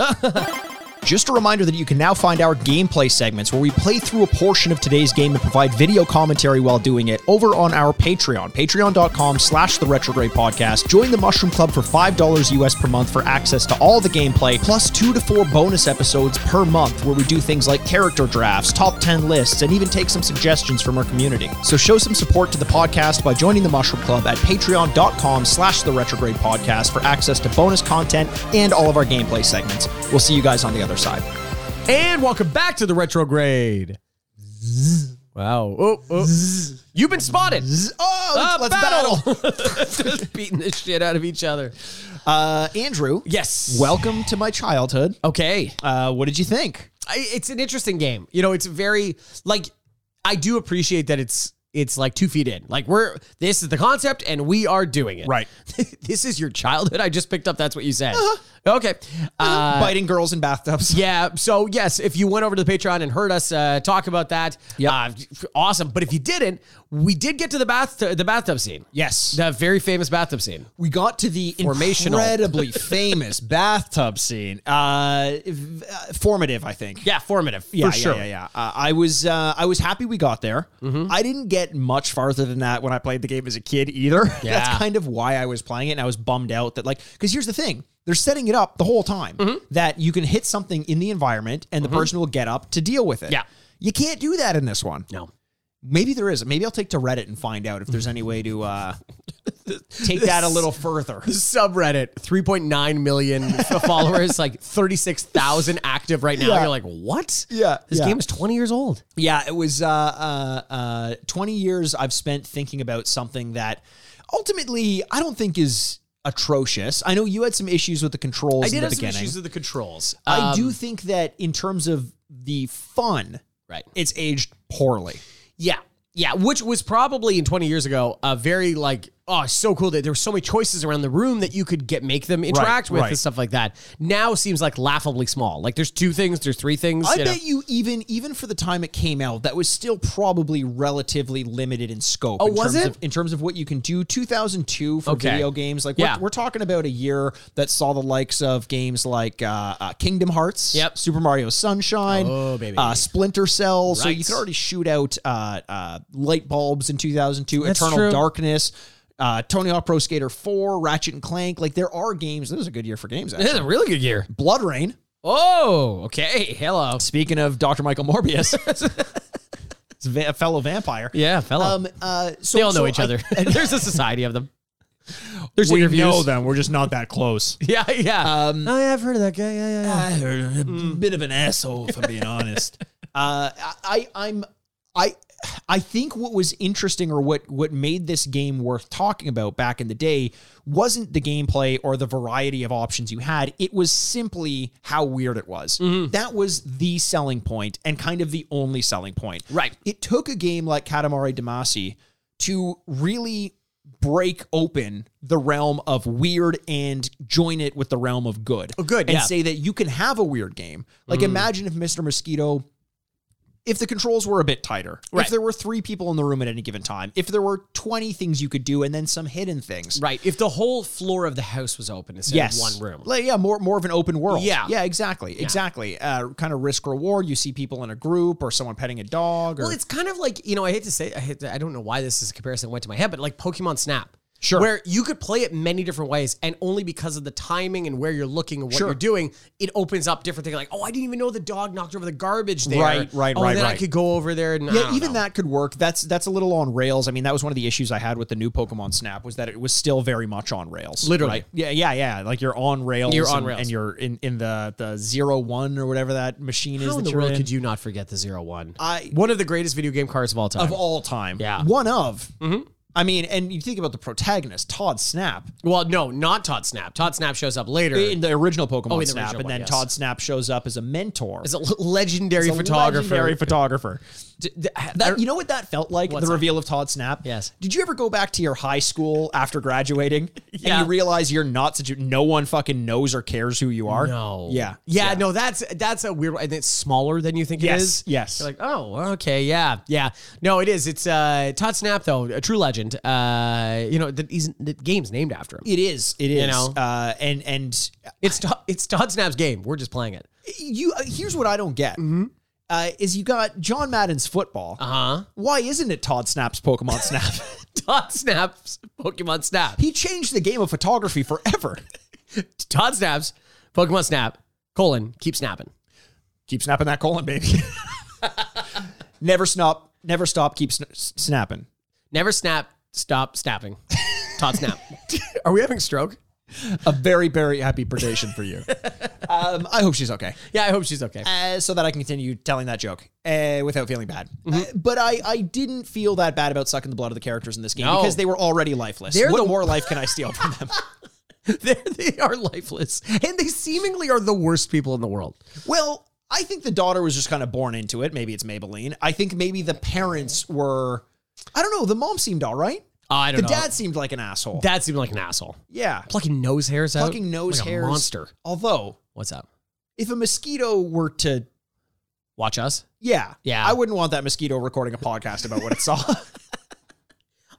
[SPEAKER 4] Just a reminder that you can now find our gameplay segments where we play through a portion of today's game and provide video commentary while doing it over on our Patreon, patreon.com slash the retrograde podcast. Join the Mushroom Club for $5 US per month for access to all the gameplay, plus two to four bonus episodes per month where we do things like character drafts, top 10 lists, and even take some suggestions from our community. So show some support to the podcast by joining the Mushroom Club at patreon.com slash the retrograde podcast for access to bonus content and all of our gameplay segments. We'll see you guys on the other side.
[SPEAKER 3] And welcome back to the retrograde. Wow. Oh, oh. You've been spotted.
[SPEAKER 4] Oh,
[SPEAKER 3] Uh,
[SPEAKER 4] let's battle.
[SPEAKER 3] Just beating the shit out of each other.
[SPEAKER 4] Uh, Andrew,
[SPEAKER 3] Yes.
[SPEAKER 4] welcome to my childhood.
[SPEAKER 3] Okay.
[SPEAKER 4] Uh, what did you think?
[SPEAKER 3] I, it's an interesting game. You know, it's very like I do appreciate that it's it's like two feet in. Like we're this is the concept and we are doing it.
[SPEAKER 4] Right.
[SPEAKER 3] this is your childhood. I just picked up. That's what you said. Okay. Uh,
[SPEAKER 4] Biting girls in bathtubs.
[SPEAKER 3] yeah. So yes, if you went over to the Patreon and heard us uh, talk about that,
[SPEAKER 4] Yep.
[SPEAKER 3] uh, awesome. But if you didn't, we did get to the bath the bathtub scene.
[SPEAKER 4] Yes.
[SPEAKER 3] The very famous bathtub scene.
[SPEAKER 4] we got to the
[SPEAKER 3] Formational.
[SPEAKER 4] incredibly famous bathtub scene. Uh, v- uh, formative, I think.
[SPEAKER 3] Yeah, formative.
[SPEAKER 4] Yeah,
[SPEAKER 3] for sure.
[SPEAKER 4] yeah, yeah, yeah. Uh, I was uh, I was happy we got there. I didn't get much farther than that when I played the game as a kid either.
[SPEAKER 3] Yeah.
[SPEAKER 4] That's kind of why I was playing it, and I was bummed out that like because here's the thing. They're setting it up the whole time that you can hit something in the environment and the person will get up to deal with it.
[SPEAKER 3] Yeah.
[SPEAKER 4] You can't do that in this one.
[SPEAKER 3] No.
[SPEAKER 4] Maybe there is. Maybe I'll take to Reddit and find out if there's any way to uh, take that a little further.
[SPEAKER 3] subreddit 3.9 million followers like 36,000 active right now
[SPEAKER 4] Yeah.
[SPEAKER 3] you're like what
[SPEAKER 4] Yeah,
[SPEAKER 3] this
[SPEAKER 4] yeah.
[SPEAKER 3] game is 20 years old
[SPEAKER 4] Yeah, it was uh, uh, uh, 20 years I've spent thinking about something that ultimately I don't think is atrocious. I know you had some issues with the controls in the beginning.
[SPEAKER 3] with the controls
[SPEAKER 4] I do think that in terms of the fun,
[SPEAKER 3] right
[SPEAKER 4] it's aged poorly.
[SPEAKER 3] yeah yeah which was probably in 20 years ago a very like oh so cool that there were so many choices around the room that you could get make them interact with
[SPEAKER 4] right.
[SPEAKER 3] and stuff like that now seems like laughably small like there's two things there's three things
[SPEAKER 4] I
[SPEAKER 3] you know.
[SPEAKER 4] bet you even even for the time it came out, that was still probably relatively limited in scope. Oh, in
[SPEAKER 3] was
[SPEAKER 4] terms
[SPEAKER 3] it?
[SPEAKER 4] Of, in terms of what you can do, 2002 for
[SPEAKER 3] Okay.
[SPEAKER 4] video games. Like
[SPEAKER 3] Yeah.
[SPEAKER 4] we're, we're talking about a year that saw the likes of games like uh, uh, Kingdom Hearts,
[SPEAKER 3] Yep.
[SPEAKER 4] Super Mario Sunshine,
[SPEAKER 3] Oh, baby.
[SPEAKER 4] Uh, Splinter Cell. So
[SPEAKER 3] Right.
[SPEAKER 4] you could already shoot out uh, uh, light bulbs in 2002.
[SPEAKER 3] That's
[SPEAKER 4] Eternal
[SPEAKER 3] true.
[SPEAKER 4] Darkness. uh, Tony Hawk Pro Skater 4, Ratchet and Clank. Like there are games. This is a good year for games.
[SPEAKER 3] This
[SPEAKER 4] Actually.
[SPEAKER 3] is a really good year.
[SPEAKER 4] Blood Rain.
[SPEAKER 3] Oh, okay. Hello.
[SPEAKER 4] Speaking of Dr. Michael Morbius, it's a va- a fellow vampire.
[SPEAKER 3] Yeah, fellow.
[SPEAKER 4] Um. Uh. So
[SPEAKER 3] they all know
[SPEAKER 4] so
[SPEAKER 3] each
[SPEAKER 4] I-
[SPEAKER 3] other. There's a society of them. There's
[SPEAKER 4] we
[SPEAKER 3] interviews.
[SPEAKER 4] know them. We're just not that close.
[SPEAKER 3] Yeah, yeah.
[SPEAKER 4] Um.
[SPEAKER 3] oh, yeah, I've heard of that guy. Yeah, yeah, yeah.
[SPEAKER 4] I heard a bit of an asshole, if I'm being honest. Uh, I, I- I'm, I, I think what was interesting or what what made this game worth talking about back in the day wasn't the gameplay or the variety of options you had. It was simply how weird it was.
[SPEAKER 3] Mm-hmm.
[SPEAKER 4] That was the selling point and kind of the only selling point.
[SPEAKER 3] Right.
[SPEAKER 4] It took a game like Katamari Damacy to really break open the realm of weird and join it with the realm of good. Oh,
[SPEAKER 3] good,
[SPEAKER 4] And
[SPEAKER 3] yeah. Mm-hmm.
[SPEAKER 4] say that you can have a weird game. Like imagine if Mr. Mosquito if the controls were a bit tighter,
[SPEAKER 3] Right.
[SPEAKER 4] if there were three people in the room at any given time, if there were 20 things you could do and then some hidden things.
[SPEAKER 3] Right. If the whole floor of the house was open instead
[SPEAKER 4] Yes.
[SPEAKER 3] of one room.
[SPEAKER 4] Like, yeah, more more of an open world.
[SPEAKER 3] Yeah.
[SPEAKER 4] Yeah, exactly. Exactly. Uh, kind of risk reward. You see people in a group or someone petting a dog or
[SPEAKER 3] Well, it's kind of like you know. I hate to say. I, hate to- I don't know why this is a comparison that went to my head, but like Pokemon Snap,
[SPEAKER 4] Sure.
[SPEAKER 3] where you could play it many different ways, and only because of the timing and where you're looking and what
[SPEAKER 4] Sure.
[SPEAKER 3] you're doing, it opens up different things. Like, oh, I didn't even know the dog knocked over the garbage there.
[SPEAKER 4] Right, right,
[SPEAKER 3] oh,
[SPEAKER 4] right,
[SPEAKER 3] Then I
[SPEAKER 4] right.
[SPEAKER 3] could go over there and
[SPEAKER 4] Yeah, even that could work. That's that's a little on rails. I mean, that was one of the issues I had with the new Pokemon Snap was that it was still very much on rails.
[SPEAKER 3] Literally.
[SPEAKER 4] Yeah, yeah, yeah. Like you're on rails.
[SPEAKER 3] You're on
[SPEAKER 4] and,
[SPEAKER 3] rails.
[SPEAKER 4] and you're in in the the zero one or whatever that machine is
[SPEAKER 3] How in
[SPEAKER 4] that
[SPEAKER 3] the
[SPEAKER 4] you're
[SPEAKER 3] world
[SPEAKER 4] in.
[SPEAKER 3] could you not forget the zero one?
[SPEAKER 4] I-
[SPEAKER 3] one of the greatest video game cards of all time.
[SPEAKER 4] of all time.
[SPEAKER 3] Yeah. Mm-hmm.
[SPEAKER 4] one of. I mean, and you think about the protagonist, Todd Snap,
[SPEAKER 3] well, no, not Todd Snap. Todd Snap shows up later.
[SPEAKER 4] in the original Pokemon
[SPEAKER 3] Oh, in the
[SPEAKER 4] Snap,
[SPEAKER 3] original
[SPEAKER 4] and
[SPEAKER 3] one,
[SPEAKER 4] then
[SPEAKER 3] yes.
[SPEAKER 4] Todd Snap shows up as a mentor.
[SPEAKER 3] Is a l- legendary
[SPEAKER 4] a
[SPEAKER 3] photographer.
[SPEAKER 4] legendary photographer.
[SPEAKER 3] D- d-
[SPEAKER 4] That, you know what that felt like?
[SPEAKER 3] What's
[SPEAKER 4] the
[SPEAKER 3] that?
[SPEAKER 4] reveal of Todd Snap.
[SPEAKER 3] Yes.
[SPEAKER 4] Did you ever go back to your high school after graduating
[SPEAKER 3] Yeah.
[SPEAKER 4] and you realize you're not such a no one fucking knows or cares who you are?
[SPEAKER 3] No.
[SPEAKER 4] Yeah.
[SPEAKER 3] yeah. no, that's that's a weird one. And it's smaller than you think it
[SPEAKER 4] Yes,
[SPEAKER 3] is.
[SPEAKER 4] yes.
[SPEAKER 3] You're like, oh, okay, yeah, yeah. No, it is. It's uh Todd Snap though, a true legend. Uh you know, that he's the game's named after him.
[SPEAKER 4] It is. It is.
[SPEAKER 3] know?
[SPEAKER 4] Uh, and and
[SPEAKER 3] It's Todd, it's Todd Snap's game. We're just playing it.
[SPEAKER 4] you uh, here's what I don't get. Uh, is you got John Madden's football.
[SPEAKER 3] Uh-huh.
[SPEAKER 4] Why isn't it Todd Snap's Pokemon Snap?
[SPEAKER 3] Todd Snap's Pokemon Snap.
[SPEAKER 4] he changed the game of photography forever.
[SPEAKER 3] Todd Snap's Pokemon Snap. Colon, keep snapping.
[SPEAKER 4] keep snapping that colon, baby. never stop. Never stop. Keep sn- snapping.
[SPEAKER 3] Never snap, stop snapping. Todd Snap. Are we having stroke?
[SPEAKER 4] a very very happy predation for you. um, I hope she's okay,
[SPEAKER 3] Yeah, I hope she's okay.
[SPEAKER 4] uh, so that I can continue telling that joke uh, without feeling bad.
[SPEAKER 3] Mm-hmm.
[SPEAKER 4] Uh, but I I didn't feel that bad about sucking the blood of the characters in this game
[SPEAKER 3] No.
[SPEAKER 4] because they were already lifeless.
[SPEAKER 3] They're
[SPEAKER 4] what
[SPEAKER 3] the-
[SPEAKER 4] more life can I steal from them?
[SPEAKER 3] They're, they are lifeless, and they seemingly are the worst people in the world.
[SPEAKER 4] well. I think the daughter was just kind of born into it. Maybe it's Maybelline. I think maybe the parents were. I don't know. The mom seemed all right.
[SPEAKER 3] Uh, I
[SPEAKER 4] The dad seemed like an asshole.
[SPEAKER 3] That seemed like an asshole.
[SPEAKER 4] yeah.
[SPEAKER 3] Plucking nose hairs out.
[SPEAKER 4] Fucking nose
[SPEAKER 3] like a
[SPEAKER 4] hairs.
[SPEAKER 3] monster.
[SPEAKER 4] Although,
[SPEAKER 3] What's up?
[SPEAKER 4] if a mosquito were to
[SPEAKER 3] Watch us.
[SPEAKER 4] Yeah.
[SPEAKER 3] Yeah.
[SPEAKER 4] I wouldn't want that mosquito recording a podcast about what it saw.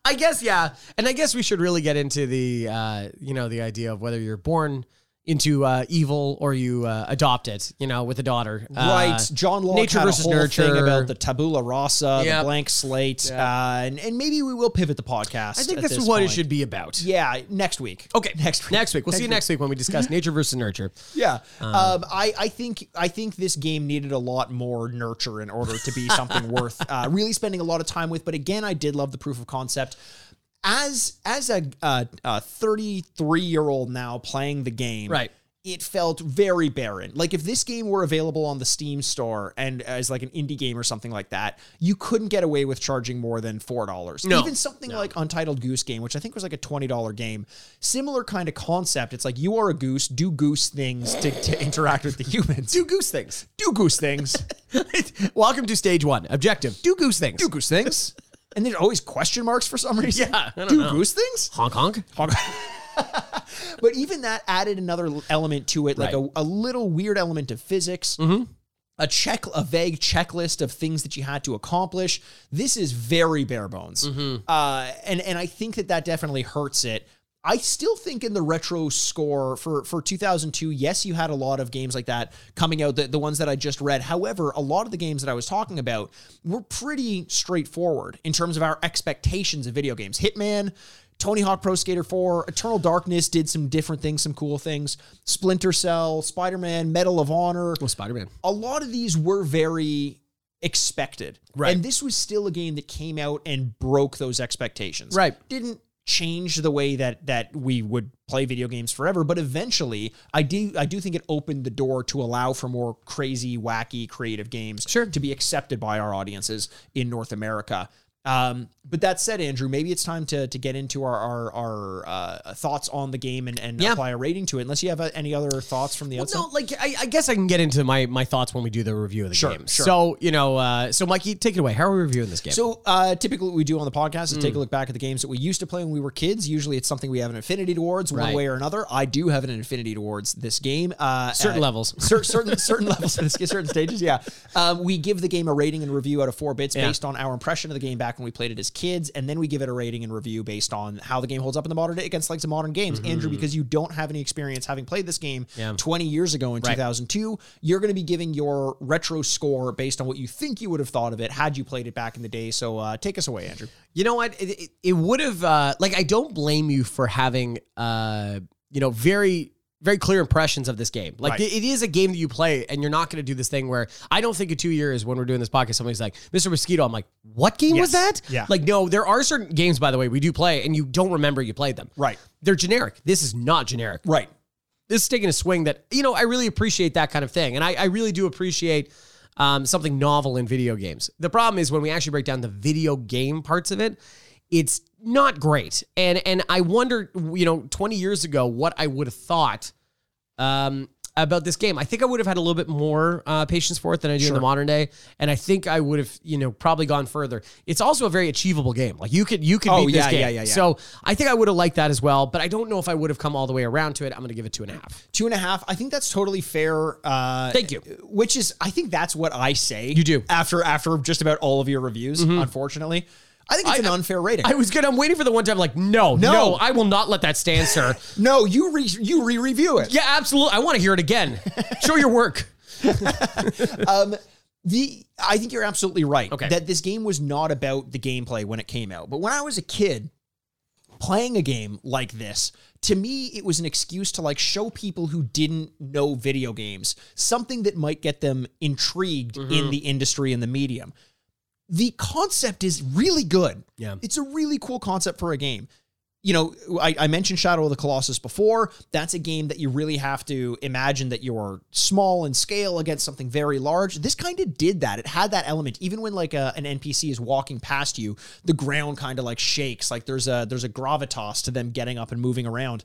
[SPEAKER 3] I guess yeah, and I guess we should really get into the uh, you know the idea of whether you're born into uh, evil or you uh, adopt it. You know, with a daughter.
[SPEAKER 4] right.
[SPEAKER 3] Uh,
[SPEAKER 4] John Locke
[SPEAKER 3] nature
[SPEAKER 4] had
[SPEAKER 3] versus
[SPEAKER 4] a whole
[SPEAKER 3] nurture.
[SPEAKER 4] thing about the tabula rasa,
[SPEAKER 3] Yep.
[SPEAKER 4] the blank slate, uh, and, and maybe we will pivot the podcast.
[SPEAKER 3] I think
[SPEAKER 4] at
[SPEAKER 3] that's
[SPEAKER 4] this
[SPEAKER 3] what it
[SPEAKER 4] point.
[SPEAKER 3] should be about.
[SPEAKER 4] Yeah, next week.
[SPEAKER 3] Okay.
[SPEAKER 4] next week.
[SPEAKER 3] Next week. We'll see you next week when we discuss nature versus nurture.
[SPEAKER 4] Yeah, um, I I think I think this game needed a lot more nurture in order to be something worth uh, really spending a lot of time with. But again, I did love the proof of concept. As as a uh, uh, 33 year old now playing the game,
[SPEAKER 3] Right.
[SPEAKER 4] It felt very barren. Like if this game were available on the Steam store and as like an indie game or something like that, you couldn't get away with charging more than four dollars.
[SPEAKER 3] No.
[SPEAKER 4] Even something like Untitled Goose Game, which I think was like a $20 game, similar kind of concept. It's like you are a goose, do goose things to, to interact with the humans. Do,
[SPEAKER 3] goose things.
[SPEAKER 4] do goose things.
[SPEAKER 3] Welcome to stage one. Objective. Do goose things.
[SPEAKER 4] do goose things. And there's always question marks for some reason.
[SPEAKER 3] Yeah, I don't
[SPEAKER 4] do
[SPEAKER 3] know.
[SPEAKER 4] goose things?
[SPEAKER 3] honk honk.
[SPEAKER 4] But even that added another l- element to it, like
[SPEAKER 3] Right.
[SPEAKER 4] a, a little weird element of physics. A check, a vague checklist of things that you had to accomplish. This is very bare bones, uh, and and I think that that definitely hurts it. I still think in the retro score for for 2002, yes, you had a lot of games like that coming out. The, the ones that I just read, however, a lot of the games that I was talking about were pretty straightforward in terms of our expectations of video games. Hitman, Tony Hawk Pro Skater 4, Eternal Darkness did some different things, some cool things. Splinter Cell, Spider Man, Medal of Honor.
[SPEAKER 3] Well, Spider Man.
[SPEAKER 4] A lot of these were very expected.
[SPEAKER 3] Right.
[SPEAKER 4] And this was still a game that came out and broke those expectations.
[SPEAKER 3] Right.
[SPEAKER 4] Didn't change the way that that we would play video games forever, but eventually I do I do think it opened the door to allow for more crazy, wacky, creative games
[SPEAKER 3] Sure.
[SPEAKER 4] to be accepted by our audiences in North America. Um, but that said, Andrew, maybe it's time to to get into our our, our uh, thoughts on the game and, and
[SPEAKER 3] Yeah.
[SPEAKER 4] apply a rating to it. Unless you have uh, any other thoughts from the outset.
[SPEAKER 3] No, like I, I guess I can get into my my thoughts when we do the review of the
[SPEAKER 4] Sure,
[SPEAKER 3] game.
[SPEAKER 4] sure.
[SPEAKER 3] So you know, uh, so Mikey, take it away. How are we reviewing this game?
[SPEAKER 4] So uh, typically, what we do on the podcast is take a look back at the games that we used to play when we were kids. Usually, it's something we have an affinity towards, one
[SPEAKER 3] Right.
[SPEAKER 4] way or another. I do have an affinity towards this game. Uh,
[SPEAKER 3] Certain
[SPEAKER 4] uh,
[SPEAKER 3] levels.
[SPEAKER 4] cer- certain certain levels, of this, certain stages. Yeah, um, we give the game a rating and review out of four bits based on our impression of the game back when we played it as kids, and then we give it a rating and review based on how the game holds up in the modern day against like some modern games. Andrew, because you don't have any experience having played this game
[SPEAKER 3] Yeah.
[SPEAKER 4] 20 years ago in 2002, you're going to be giving your retro score based on what you think you would have thought of it had you played it back in the day. So uh, take us away, Andrew.
[SPEAKER 3] You know what? It, it, it would have uh, like I don't blame you for having uh, you know very very clear impressions of this game. Like
[SPEAKER 4] Right.
[SPEAKER 3] it- it is a game that you play, and you're not going to do this thing where I don't think in two years when we're doing this podcast, somebody's like Mr. Mosquito. I'm like, what game was that?
[SPEAKER 4] Yes. Yeah.
[SPEAKER 3] Like no, there are certain games by the way we do play, and you don't remember you played them.
[SPEAKER 4] Right.
[SPEAKER 3] They're generic. This is not generic
[SPEAKER 4] Right.
[SPEAKER 3] this is taking a swing that you know I really appreciate that kind of thing, and I, I really do appreciate um, something novel in video games. The problem is when we actually break down the video game parts of it, it's not great, and and I wonder you know twenty years ago what I would have thought um, about this game. I think I would have had a little bit more uh, patience for it than I do in the modern day, and I think I would have, you know, probably gone further. It's also a very achievable game. Like you could, you could
[SPEAKER 4] Oh,
[SPEAKER 3] beat
[SPEAKER 4] yeah,
[SPEAKER 3] this game.
[SPEAKER 4] yeah, yeah, yeah.
[SPEAKER 3] So I think I would have liked that as well, but I don't know if I would have come all the way around to it. I'm going to give it two and a half.
[SPEAKER 4] Two and a half. I think that's totally fair. Uh,
[SPEAKER 3] Thank you.
[SPEAKER 4] which is I think that's what I say.
[SPEAKER 3] You do. Mm-hmm.
[SPEAKER 4] after after just about all of your reviews. Unfortunately, I think it's an unfair rating.
[SPEAKER 3] I was good. I'm waiting for the one time. Like, no, no,
[SPEAKER 4] No.
[SPEAKER 3] I will not let that stand, sir.
[SPEAKER 4] no, you re you re review it.
[SPEAKER 3] yeah, absolutely. I want to hear it again. Show your work.
[SPEAKER 4] The I think you're absolutely right.
[SPEAKER 3] Okay.
[SPEAKER 4] that this game was not about the gameplay when it came out, but when I was a kid. Playing a game like this, to me, it was an excuse to like show people who didn't know video games something that might get them intrigued
[SPEAKER 3] Mm-hmm.
[SPEAKER 4] in the industry and the medium. the concept is really good.
[SPEAKER 3] Yeah.
[SPEAKER 4] It's a really cool concept for a game. You know, I, I mentioned Shadow of the Colossus before. That's a game that you really have to imagine that you're small in scale against something very large. This kind of did that. It had that element. Even when like a, an NPC is walking past you, the ground kind of like shakes. Like there's a there's a gravitas to them getting up and moving around.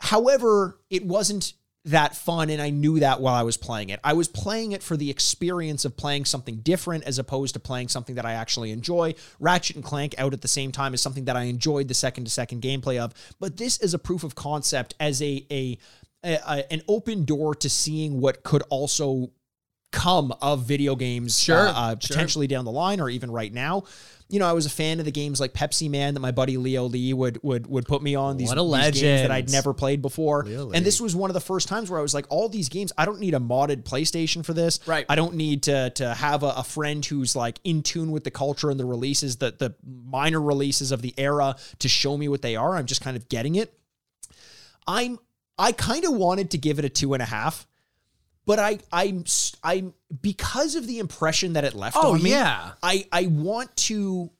[SPEAKER 4] However, it wasn't that fun, and I knew that while I was playing it. I was playing it for the experience of playing something different as opposed to playing something that I actually enjoy. Ratchet and Clank out at the same time is something that I enjoyed the second to second gameplay of, but this is a proof of concept as a a, a, a an open door to seeing what could also come of video games
[SPEAKER 3] Sure,
[SPEAKER 4] uh, uh, potentially down the line or even right now. You know, I was a fan of the games like Pepsi Man that my buddy Leo Lee would would would put me on these,
[SPEAKER 3] What a
[SPEAKER 4] these games that
[SPEAKER 3] legend.
[SPEAKER 4] I'd never never played before.
[SPEAKER 2] Really?
[SPEAKER 4] And this was one of the first times where I was like, all these games, I don't need a modded PlayStation for this.
[SPEAKER 3] Right.
[SPEAKER 4] I don't need to to have a, a friend who's like in tune with the culture and the releases, the the minor releases of the era to show me what they are. I'm just kind of getting it. I'm I kind of wanted to give it a two and a half, but I I'm s- I'm because of the impression that it left
[SPEAKER 3] Oh,
[SPEAKER 4] on me.
[SPEAKER 3] yeah.
[SPEAKER 4] I I want to.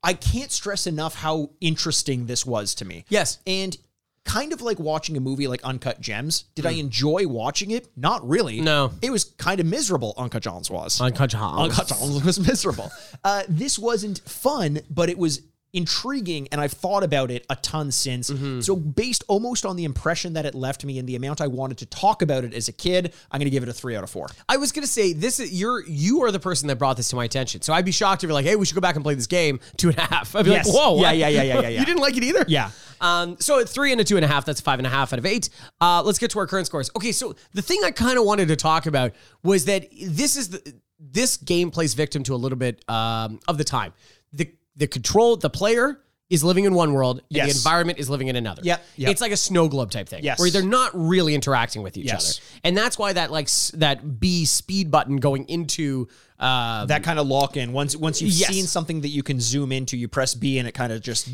[SPEAKER 4] I can't stress enough how interesting this was to me.
[SPEAKER 3] Yes.
[SPEAKER 4] And kind of like watching a movie like Uncut Gems, did I enjoy watching it? Not really.
[SPEAKER 3] Hmm. No.
[SPEAKER 4] It was kind of miserable, Uncut Gems was.
[SPEAKER 3] Unconscious.
[SPEAKER 4] Uncut Gems was miserable. Uh, this wasn't fun, but it was intriguing and I've thought about it a ton since.
[SPEAKER 3] Mm-hmm.
[SPEAKER 4] So based almost on the impression that it left me and the amount I wanted to talk about it as a kid, I'm going to give it a 3 out of 4.
[SPEAKER 3] I was gonna say this is you're you are the person that brought this to my attention. So I'd be shocked if you're like, hey, we should go back and play this game two and a half. I'd be
[SPEAKER 4] Yes.
[SPEAKER 3] like, whoa,
[SPEAKER 4] Yeah,
[SPEAKER 3] what?
[SPEAKER 4] yeah, yeah, yeah, yeah, yeah.
[SPEAKER 3] you didn't like it either.
[SPEAKER 4] Yeah.
[SPEAKER 3] Um, so at three and a two and a half, that's five and a half out of eight. Uh, let's get to our current scores. Okay, so the thing I kind of wanted to talk about was that this is the this game plays victim to a little bit um, of the time. The the control, the player is living in one world, and
[SPEAKER 4] Yes.
[SPEAKER 3] the environment is living in another.
[SPEAKER 4] Yep, yep.
[SPEAKER 3] It's like a snow globe type thing.
[SPEAKER 4] Yes.
[SPEAKER 3] Where they're not really interacting with each
[SPEAKER 4] Yes.
[SPEAKER 3] other. And that's why that like s- that B speed button going into Uh,
[SPEAKER 4] that kind of lock in. Once once you've
[SPEAKER 3] Yes.
[SPEAKER 4] seen something that you can zoom into, you press B and it kind of just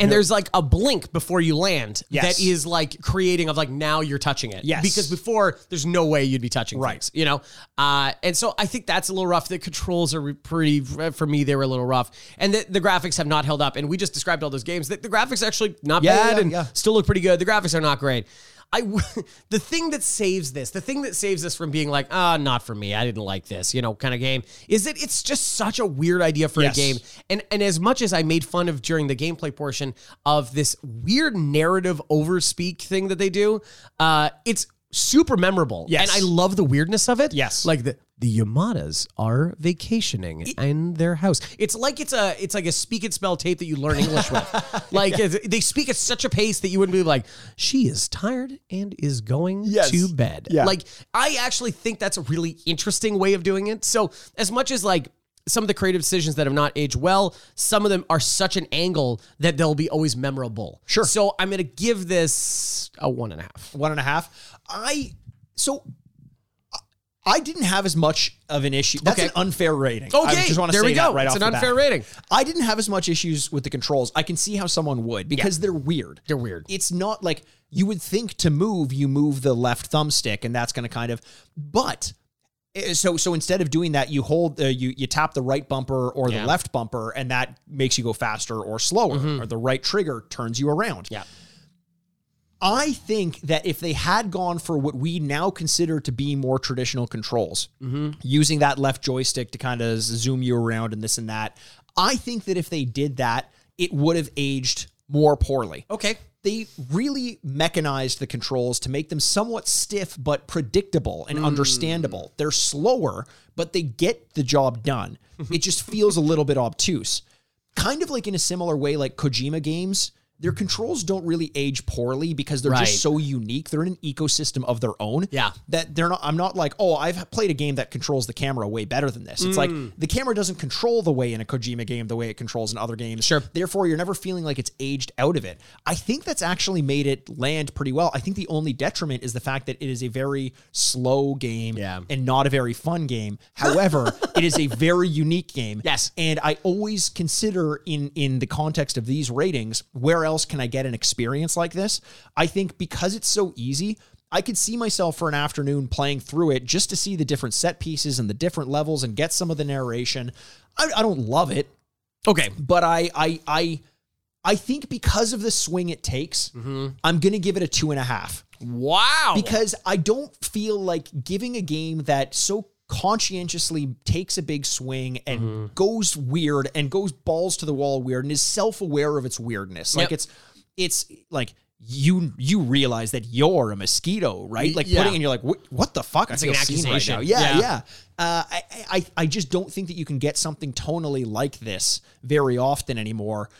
[SPEAKER 3] and there's like a blink before you land
[SPEAKER 4] Yes.
[SPEAKER 3] that is like creating of like now you're touching it.
[SPEAKER 4] Yes.
[SPEAKER 3] Because before there's no way you'd be touching
[SPEAKER 4] Right.
[SPEAKER 3] things, you know? Uh, and so I think that's a little rough. The controls are pretty, uh, for me, they were a little rough. And the, the graphics have not held up. And we just described all those games. The, the graphics are actually not
[SPEAKER 4] Yeah,
[SPEAKER 3] bad
[SPEAKER 4] yeah,
[SPEAKER 3] and
[SPEAKER 4] yeah.
[SPEAKER 3] still look pretty good. The graphics are not great. I w- the thing that saves this, the thing that saves this from being like, ah, not for me. I didn't like this, you know, kind of game, is that it's just such a weird idea for
[SPEAKER 4] Yes.
[SPEAKER 3] a game. And and as much as I made fun of during the gameplay portion of this weird narrative overspeak thing that they do, uh, it's super memorable.
[SPEAKER 4] Yes.
[SPEAKER 3] And I love the weirdness of it.
[SPEAKER 4] Yes.
[SPEAKER 3] Like the the Yamadas are vacationing in their house. It's like it's a it's like a speak and spell tape that you learn English with. Like it's- they speak at such a pace that you wouldn't be like, she is tired and is going
[SPEAKER 4] Yes.
[SPEAKER 3] to bed.
[SPEAKER 4] Yeah.
[SPEAKER 3] Like I actually think that's a really interesting way of doing it. So as much as like some of the creative decisions that have not aged well, some of them are such an angle that they'll be always memorable.
[SPEAKER 4] Sure.
[SPEAKER 3] So I'm gonna give this a one and a half.
[SPEAKER 4] one and a half. I so I- I didn't have as much of an issue. That's
[SPEAKER 3] Okay.
[SPEAKER 4] an unfair rating.
[SPEAKER 3] Okay,
[SPEAKER 4] I just want to
[SPEAKER 3] there
[SPEAKER 4] say
[SPEAKER 3] we go.
[SPEAKER 4] That right
[SPEAKER 3] it's
[SPEAKER 4] off
[SPEAKER 3] an
[SPEAKER 4] the
[SPEAKER 3] unfair
[SPEAKER 4] bat.
[SPEAKER 3] rating.
[SPEAKER 4] I didn't have as much issues with the controls. I can see how someone would because they're weird.
[SPEAKER 3] They're weird.
[SPEAKER 4] It's not like you would think to move, you move the left thumbstick, and that's going to kind of. But eh, so so instead of doing that, you hold uh, you you tap the right bumper or the
[SPEAKER 3] Yeah. Mm-hmm.
[SPEAKER 4] left bumper, and that makes you go faster or slower, or the right trigger turns you around.
[SPEAKER 3] Yeah.
[SPEAKER 4] I think that if they had gone for what we now consider to be more traditional controls,
[SPEAKER 3] Mm-hmm.
[SPEAKER 4] using that left joystick to kind of zoom you around and this and that, I think that if they did that, it would have aged more poorly.
[SPEAKER 3] Okay.
[SPEAKER 4] They really mechanized the controls to make them somewhat stiff but predictable and understandable. They're slower, but they get the job done. it just feels a little bit obtuse kind of like in a similar way, like Kojima games, their controls don't really age poorly because they're
[SPEAKER 3] Right.
[SPEAKER 4] just so unique. They're in an ecosystem of their own.
[SPEAKER 3] Yeah.
[SPEAKER 4] That they're not, I'm not like, oh, I've played a game that controls the camera way better than this. It's
[SPEAKER 3] Mm.
[SPEAKER 4] like the camera doesn't control the way in a Kojima game the way it controls in other games.
[SPEAKER 3] Sure.
[SPEAKER 4] Therefore, you're never feeling like it's aged out of it. I think that's actually made it land pretty well. I think the only detriment is the fact that it is a very slow game
[SPEAKER 3] Yeah.
[SPEAKER 4] and not a very fun game. However, it is a very unique game.
[SPEAKER 3] Yes.
[SPEAKER 4] And I always consider in in the context of these ratings, where else can I get an experience like this? I think because it's so easy, I could see myself for an afternoon playing through it just to see the different set pieces and the different levels and get some of the narration. I, I don't love it,
[SPEAKER 3] Okay.
[SPEAKER 4] but I I I I think because of the swing it takes, I'm gonna give it a two and a half
[SPEAKER 3] Wow.
[SPEAKER 4] because I don't feel like giving a game that so conscientiously takes a big swing and
[SPEAKER 3] Mm-hmm.
[SPEAKER 4] goes weird and goes balls to the wall weird and is self-aware of its weirdness. Like
[SPEAKER 3] Yep.
[SPEAKER 4] it's it's like you you realize that you're a mosquito, right? Like
[SPEAKER 3] yeah.
[SPEAKER 4] putting and you're like, what, what the fuck? I
[SPEAKER 3] like
[SPEAKER 4] feel
[SPEAKER 3] an
[SPEAKER 4] seen right
[SPEAKER 3] accusation.
[SPEAKER 4] now. Yeah, yeah.
[SPEAKER 3] Yeah.
[SPEAKER 4] Uh, I, I I just don't think that you can get something tonally like this very often anymore.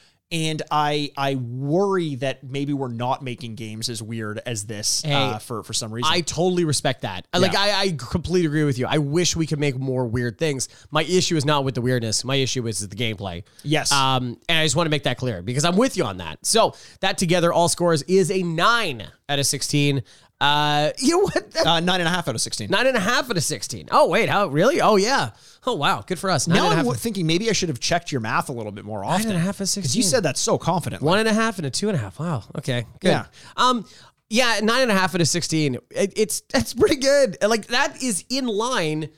[SPEAKER 4] And I I worry that maybe we're not making games as weird as this uh, for for some reason.
[SPEAKER 3] I totally respect that. Like, I, I completely agree with you. I wish we could make more weird things. My issue is not with the weirdness. My issue is the gameplay.
[SPEAKER 4] Yes.
[SPEAKER 3] Um, and I just want to make that clear because I'm with you on that. So that together, all scores is a nine out of sixteen. Uh, you know what? That-
[SPEAKER 4] uh, nine and a half out of sixteen.
[SPEAKER 3] nine and a half out of sixteen. Oh wait, how really? Oh yeah. Oh wow, good for us. Nine
[SPEAKER 4] now
[SPEAKER 3] and a
[SPEAKER 4] I'm
[SPEAKER 3] half.
[SPEAKER 4] w- thinking maybe I should have checked your math a little bit more
[SPEAKER 3] nine and a
[SPEAKER 4] often
[SPEAKER 3] half out of
[SPEAKER 4] because
[SPEAKER 3] sixteen.
[SPEAKER 4] you said that so confidently.
[SPEAKER 3] One and a half and a two and a half. Wow. Okay. Good.
[SPEAKER 4] Yeah.
[SPEAKER 3] Um. Yeah. Nine and a half and a sixteen. It, it's that's pretty good. Like that is in line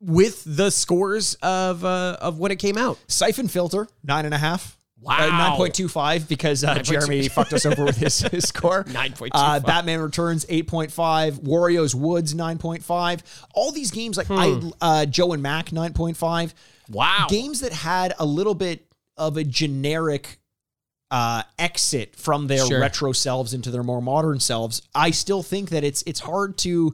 [SPEAKER 3] with the scores of uh of when it came out.
[SPEAKER 4] Siphon filter nine and a half. Uh,
[SPEAKER 3] Wow.
[SPEAKER 4] nine point two five because uh, Jeremy fucked us over with his, his score.
[SPEAKER 3] 9.25.
[SPEAKER 4] Uh, Batman Returns eight point five. Wario's Woods nine point five. All these games like I uh, Joe and Mac nine point five.
[SPEAKER 3] Wow.
[SPEAKER 4] Games that had a little bit of a generic uh, exit from their
[SPEAKER 3] Sure.
[SPEAKER 4] retro selves into their more modern selves. I still think that it's it's hard to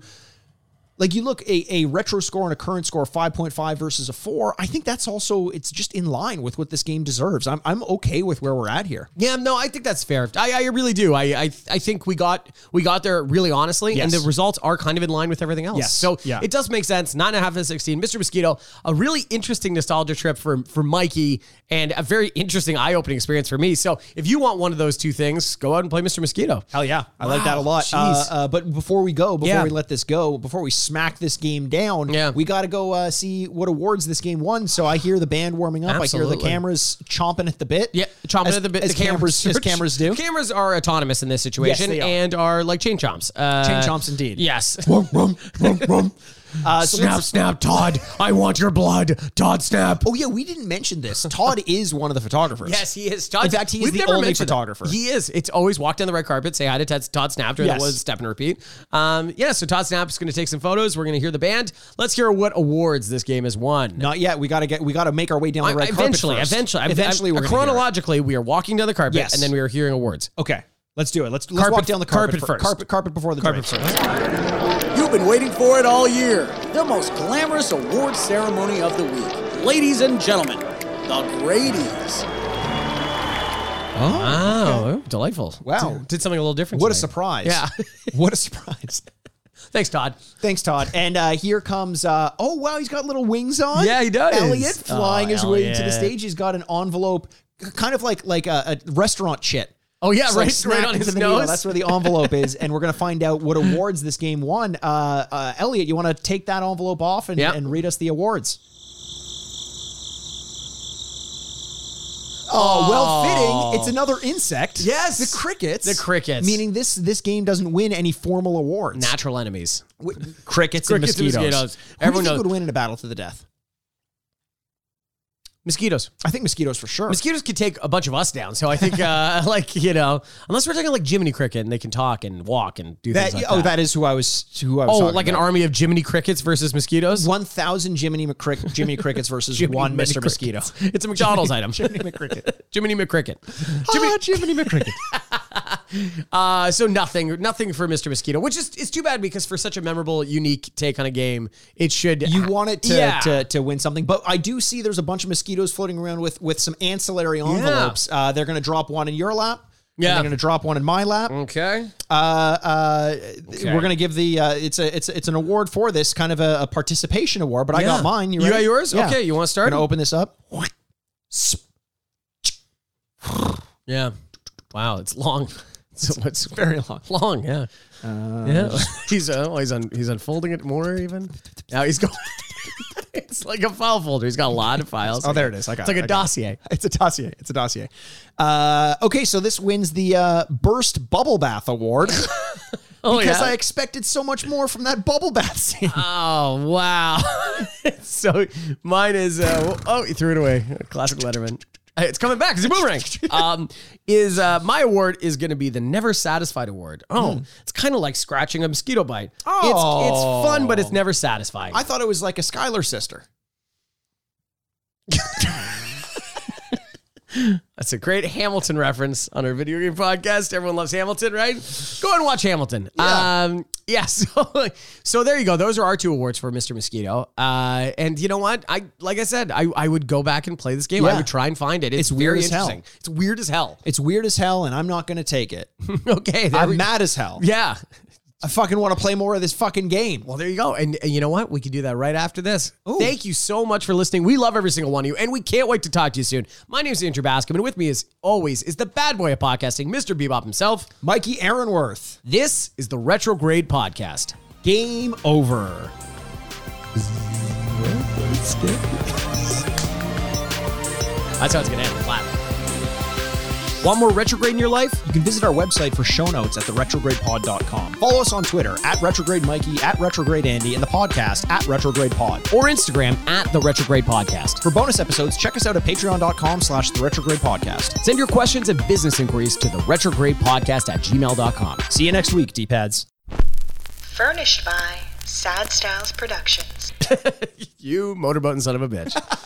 [SPEAKER 4] like you look a, a retro score and a current score 5.5 versus a 4 i think that's also it's just in line with what this game deserves i'm, I'm okay with where we're at here
[SPEAKER 3] Yeah, no, I think that's fair. I, I really do. I, I I think we got we got there really honestly, and
[SPEAKER 4] Yes.
[SPEAKER 3] the results are kind of in line with everything else.
[SPEAKER 4] Yes.
[SPEAKER 3] So
[SPEAKER 4] Yeah.
[SPEAKER 3] it does make sense. Nine and a half out of sixteen. Mr. Mosquito, a really interesting nostalgia trip for for Mikey, and a very interesting eye opening experience for me. So if you want one of those two things, go out and play Mr. Mosquito.
[SPEAKER 4] Hell yeah, I like that a
[SPEAKER 3] Wow,
[SPEAKER 4] lot. Uh,
[SPEAKER 3] jeez.
[SPEAKER 4] uh, but before we go, before
[SPEAKER 3] Yeah.
[SPEAKER 4] we let this go, before we smack this game down.
[SPEAKER 3] Yeah.
[SPEAKER 4] We got to go uh, see what awards this game won. So I hear the band warming up. I hear the
[SPEAKER 3] Absolutely.
[SPEAKER 4] cameras chomping at the bit.
[SPEAKER 3] Yeah, chomping
[SPEAKER 4] As-
[SPEAKER 3] at the bit.
[SPEAKER 4] As
[SPEAKER 3] the camera
[SPEAKER 4] cameras, as
[SPEAKER 3] search.
[SPEAKER 4] cameras do.
[SPEAKER 3] Cameras are autonomous in this situation
[SPEAKER 4] they are.
[SPEAKER 3] and are like chain chomps. Uh,
[SPEAKER 4] Chain chomps indeed.
[SPEAKER 3] Yes.
[SPEAKER 4] Uh, so let's-
[SPEAKER 2] Snap, snap, Todd. I want your blood. Todd, snap.
[SPEAKER 4] Oh yeah, we didn't mention this. Todd is one of the photographers.
[SPEAKER 3] Yes, he is. Todd,
[SPEAKER 4] In fact, he is
[SPEAKER 3] we've
[SPEAKER 4] the
[SPEAKER 3] never
[SPEAKER 4] only
[SPEAKER 3] mentioned
[SPEAKER 4] photographer.
[SPEAKER 3] that. He is. It's always walk down the red carpet, say hi to Ted, Todd Snap during
[SPEAKER 4] Yes.
[SPEAKER 3] the was step and repeat. Um, yeah, so Todd Snap's going to take some photos. We're going to hear the band. Let's hear what awards this game has won.
[SPEAKER 4] Not yet. We gotta get. We gotta make our way down the red
[SPEAKER 3] eventually,
[SPEAKER 4] carpet first.
[SPEAKER 3] eventually, I'm-
[SPEAKER 4] eventually,
[SPEAKER 3] I'm-
[SPEAKER 4] we're gonna hear it.
[SPEAKER 3] chronologically, we are walking down the carpet
[SPEAKER 4] Yes.
[SPEAKER 3] and then we are hearing awards.
[SPEAKER 4] Okay, let's do it. Let's, let's
[SPEAKER 3] Carpet-
[SPEAKER 4] walk down the
[SPEAKER 3] carpet
[SPEAKER 4] carpet, fir-
[SPEAKER 3] first.
[SPEAKER 4] Carpet, carpet before the carpet
[SPEAKER 5] You've been waiting for it all year. The most glamorous award ceremony of the week. Ladies and gentlemen, the Grady's.
[SPEAKER 3] Wow, Oh, delightful!
[SPEAKER 4] Wow.
[SPEAKER 3] did, did something a little different.
[SPEAKER 4] What a
[SPEAKER 3] today.
[SPEAKER 4] surprise!
[SPEAKER 3] Yeah,
[SPEAKER 4] what a surprise!
[SPEAKER 3] thanks, Todd.
[SPEAKER 4] Thanks, Todd. And uh, here comes. Uh, oh wow, he's got little wings on.
[SPEAKER 3] Yeah, he does.
[SPEAKER 4] Elliot
[SPEAKER 3] Oh,
[SPEAKER 4] flying his way to the
[SPEAKER 3] Elliot.
[SPEAKER 4] stage. He's got an envelope, k- kind of like like a, a restaurant chit.
[SPEAKER 3] Oh, yeah,
[SPEAKER 4] It's
[SPEAKER 3] right-
[SPEAKER 4] snapped
[SPEAKER 3] right on
[SPEAKER 4] into
[SPEAKER 3] his
[SPEAKER 4] the needle.
[SPEAKER 3] nose.
[SPEAKER 4] That's where the envelope is, and we're gonna find out what awards this game won. Uh, uh, Elliot, you want to take that envelope off and,
[SPEAKER 3] Yeah.
[SPEAKER 4] and read us the awards? Oh, well fitting. It's another insect.
[SPEAKER 3] Yes.
[SPEAKER 4] the crickets.
[SPEAKER 3] The crickets.
[SPEAKER 4] Meaning this this game doesn't win any formal awards.
[SPEAKER 3] Natural enemies.
[SPEAKER 4] W- crickets, and
[SPEAKER 3] Crickets and
[SPEAKER 4] mosquitoes.
[SPEAKER 3] mosquitoes.
[SPEAKER 4] Everyone
[SPEAKER 3] Everyone
[SPEAKER 4] Who do you
[SPEAKER 3] knows-
[SPEAKER 4] think would win in a battle to the death?
[SPEAKER 3] Mosquitoes.
[SPEAKER 4] I think mosquitoes for sure.
[SPEAKER 3] Mosquitoes could take a bunch of us down. So I think, uh, like you know, unless we're talking like Jiminy Cricket and they can talk and walk and do
[SPEAKER 4] that,
[SPEAKER 3] things like
[SPEAKER 4] oh,
[SPEAKER 3] that.
[SPEAKER 4] that is who I was. Who I was.
[SPEAKER 3] Oh,
[SPEAKER 4] talking
[SPEAKER 3] like an
[SPEAKER 4] about.
[SPEAKER 3] army of Jiminy Crickets versus mosquitoes.
[SPEAKER 4] one thousand Jiminy McCrick, Jiminy crickets versus
[SPEAKER 3] Jiminy
[SPEAKER 4] one
[SPEAKER 3] Mini
[SPEAKER 4] Mister Mosquito.
[SPEAKER 3] Crickets. It's a McDonald's item. Jiminy McCricket. Jiminy McCricket. Jiminy, Jiminy McCricket. uh, so nothing, nothing for Mr. Mosquito, which is it's too bad because for such a memorable, unique take on a game, it should
[SPEAKER 4] You want it to,
[SPEAKER 3] Yeah.
[SPEAKER 4] to to win something, but I do see there's a bunch of mosquitoes floating around with with some ancillary envelopes. Uh, they're going to drop one in your lap. and
[SPEAKER 3] Yeah.
[SPEAKER 4] they're going to drop one in my lap. Uh,
[SPEAKER 3] Okay.
[SPEAKER 4] We're going to give the uh, it's a it's it's an award for this kind of a, a participation award, but I
[SPEAKER 3] Yeah.
[SPEAKER 4] got mine.
[SPEAKER 3] You
[SPEAKER 4] ready?
[SPEAKER 3] got yours? Okay, you wanna start?
[SPEAKER 4] Gonna open this up.
[SPEAKER 3] Yeah. Wow, it's long. So it's
[SPEAKER 4] Very long.
[SPEAKER 3] long, yeah. yeah. he's uh, oh, he's un, he's unfolding it more even. Now he's going. it's like a file folder. He's got a lot of files.
[SPEAKER 4] Oh, there it is. I got
[SPEAKER 3] It's like
[SPEAKER 4] it.
[SPEAKER 3] a
[SPEAKER 4] I got it.
[SPEAKER 3] dossier.
[SPEAKER 4] It's a dossier. It's a dossier. Uh, okay, so this wins the uh, Burst Bubble Bath Award
[SPEAKER 3] Oh
[SPEAKER 4] because
[SPEAKER 3] yeah.
[SPEAKER 4] I expected so much more from that bubble bath scene.
[SPEAKER 3] oh wow. so mine is uh, oh he threw it away. Classic Letterman. Uh, It's coming back. It's a boomerang. Um, is uh, my award is going to be the Never Satisfied Award? Oh, it's kind of like scratching a mosquito bite.
[SPEAKER 4] Oh.
[SPEAKER 3] It's, it's fun, but it's never satisfying.
[SPEAKER 4] I thought it was like a Skylar sister.
[SPEAKER 3] That's a great Hamilton reference on our video game podcast. Everyone loves Hamilton, right? Go and watch Hamilton.
[SPEAKER 4] Yeah.
[SPEAKER 3] Um, yeah. So, so there you go. Those are our two awards for Mr. Mosquito. Uh, and you know what? I like I said, I, I would go back and play this game.
[SPEAKER 4] Yeah.
[SPEAKER 3] I would try and find it. It's,
[SPEAKER 4] It's weird
[SPEAKER 3] very
[SPEAKER 4] as hell.
[SPEAKER 3] interesting. It's weird as hell.
[SPEAKER 4] It's weird as hell, and I'm not going to take it.
[SPEAKER 3] okay. There
[SPEAKER 4] I'm
[SPEAKER 3] we-
[SPEAKER 4] mad as hell.
[SPEAKER 3] yeah.
[SPEAKER 4] I fucking want to play more of this fucking game.
[SPEAKER 3] Well, there you go. And, and you know what? We can do that right after this. Thank you so much for listening. We love every single one of you, and we can't wait to talk to you soon. My name is Andrew Bascom, and with me, as always, is the bad boy of podcasting, Mr. Bebop himself.
[SPEAKER 4] Mikey Aaronworth,
[SPEAKER 3] This is the Retrograde Podcast.
[SPEAKER 4] game over.
[SPEAKER 3] That's how it's going to end. Clap. One more retrograde in your life?
[SPEAKER 4] You can visit our website for show notes at theretrogradepod.com. Follow us on Twitter at retrograde Mikey, at retrograde Andy, and the podcast at retrograde pod.
[SPEAKER 3] Or Instagram at the Retrograde Podcast.
[SPEAKER 4] For bonus episodes, check us out at patreon.com slash the retrograde podcast.
[SPEAKER 3] Send your questions and business inquiries to the retrograde podcast at gmail.com.
[SPEAKER 4] See you next week, D-pads.
[SPEAKER 1] Furnished by Sad Styles Productions.
[SPEAKER 3] You motorboating son of a bitch.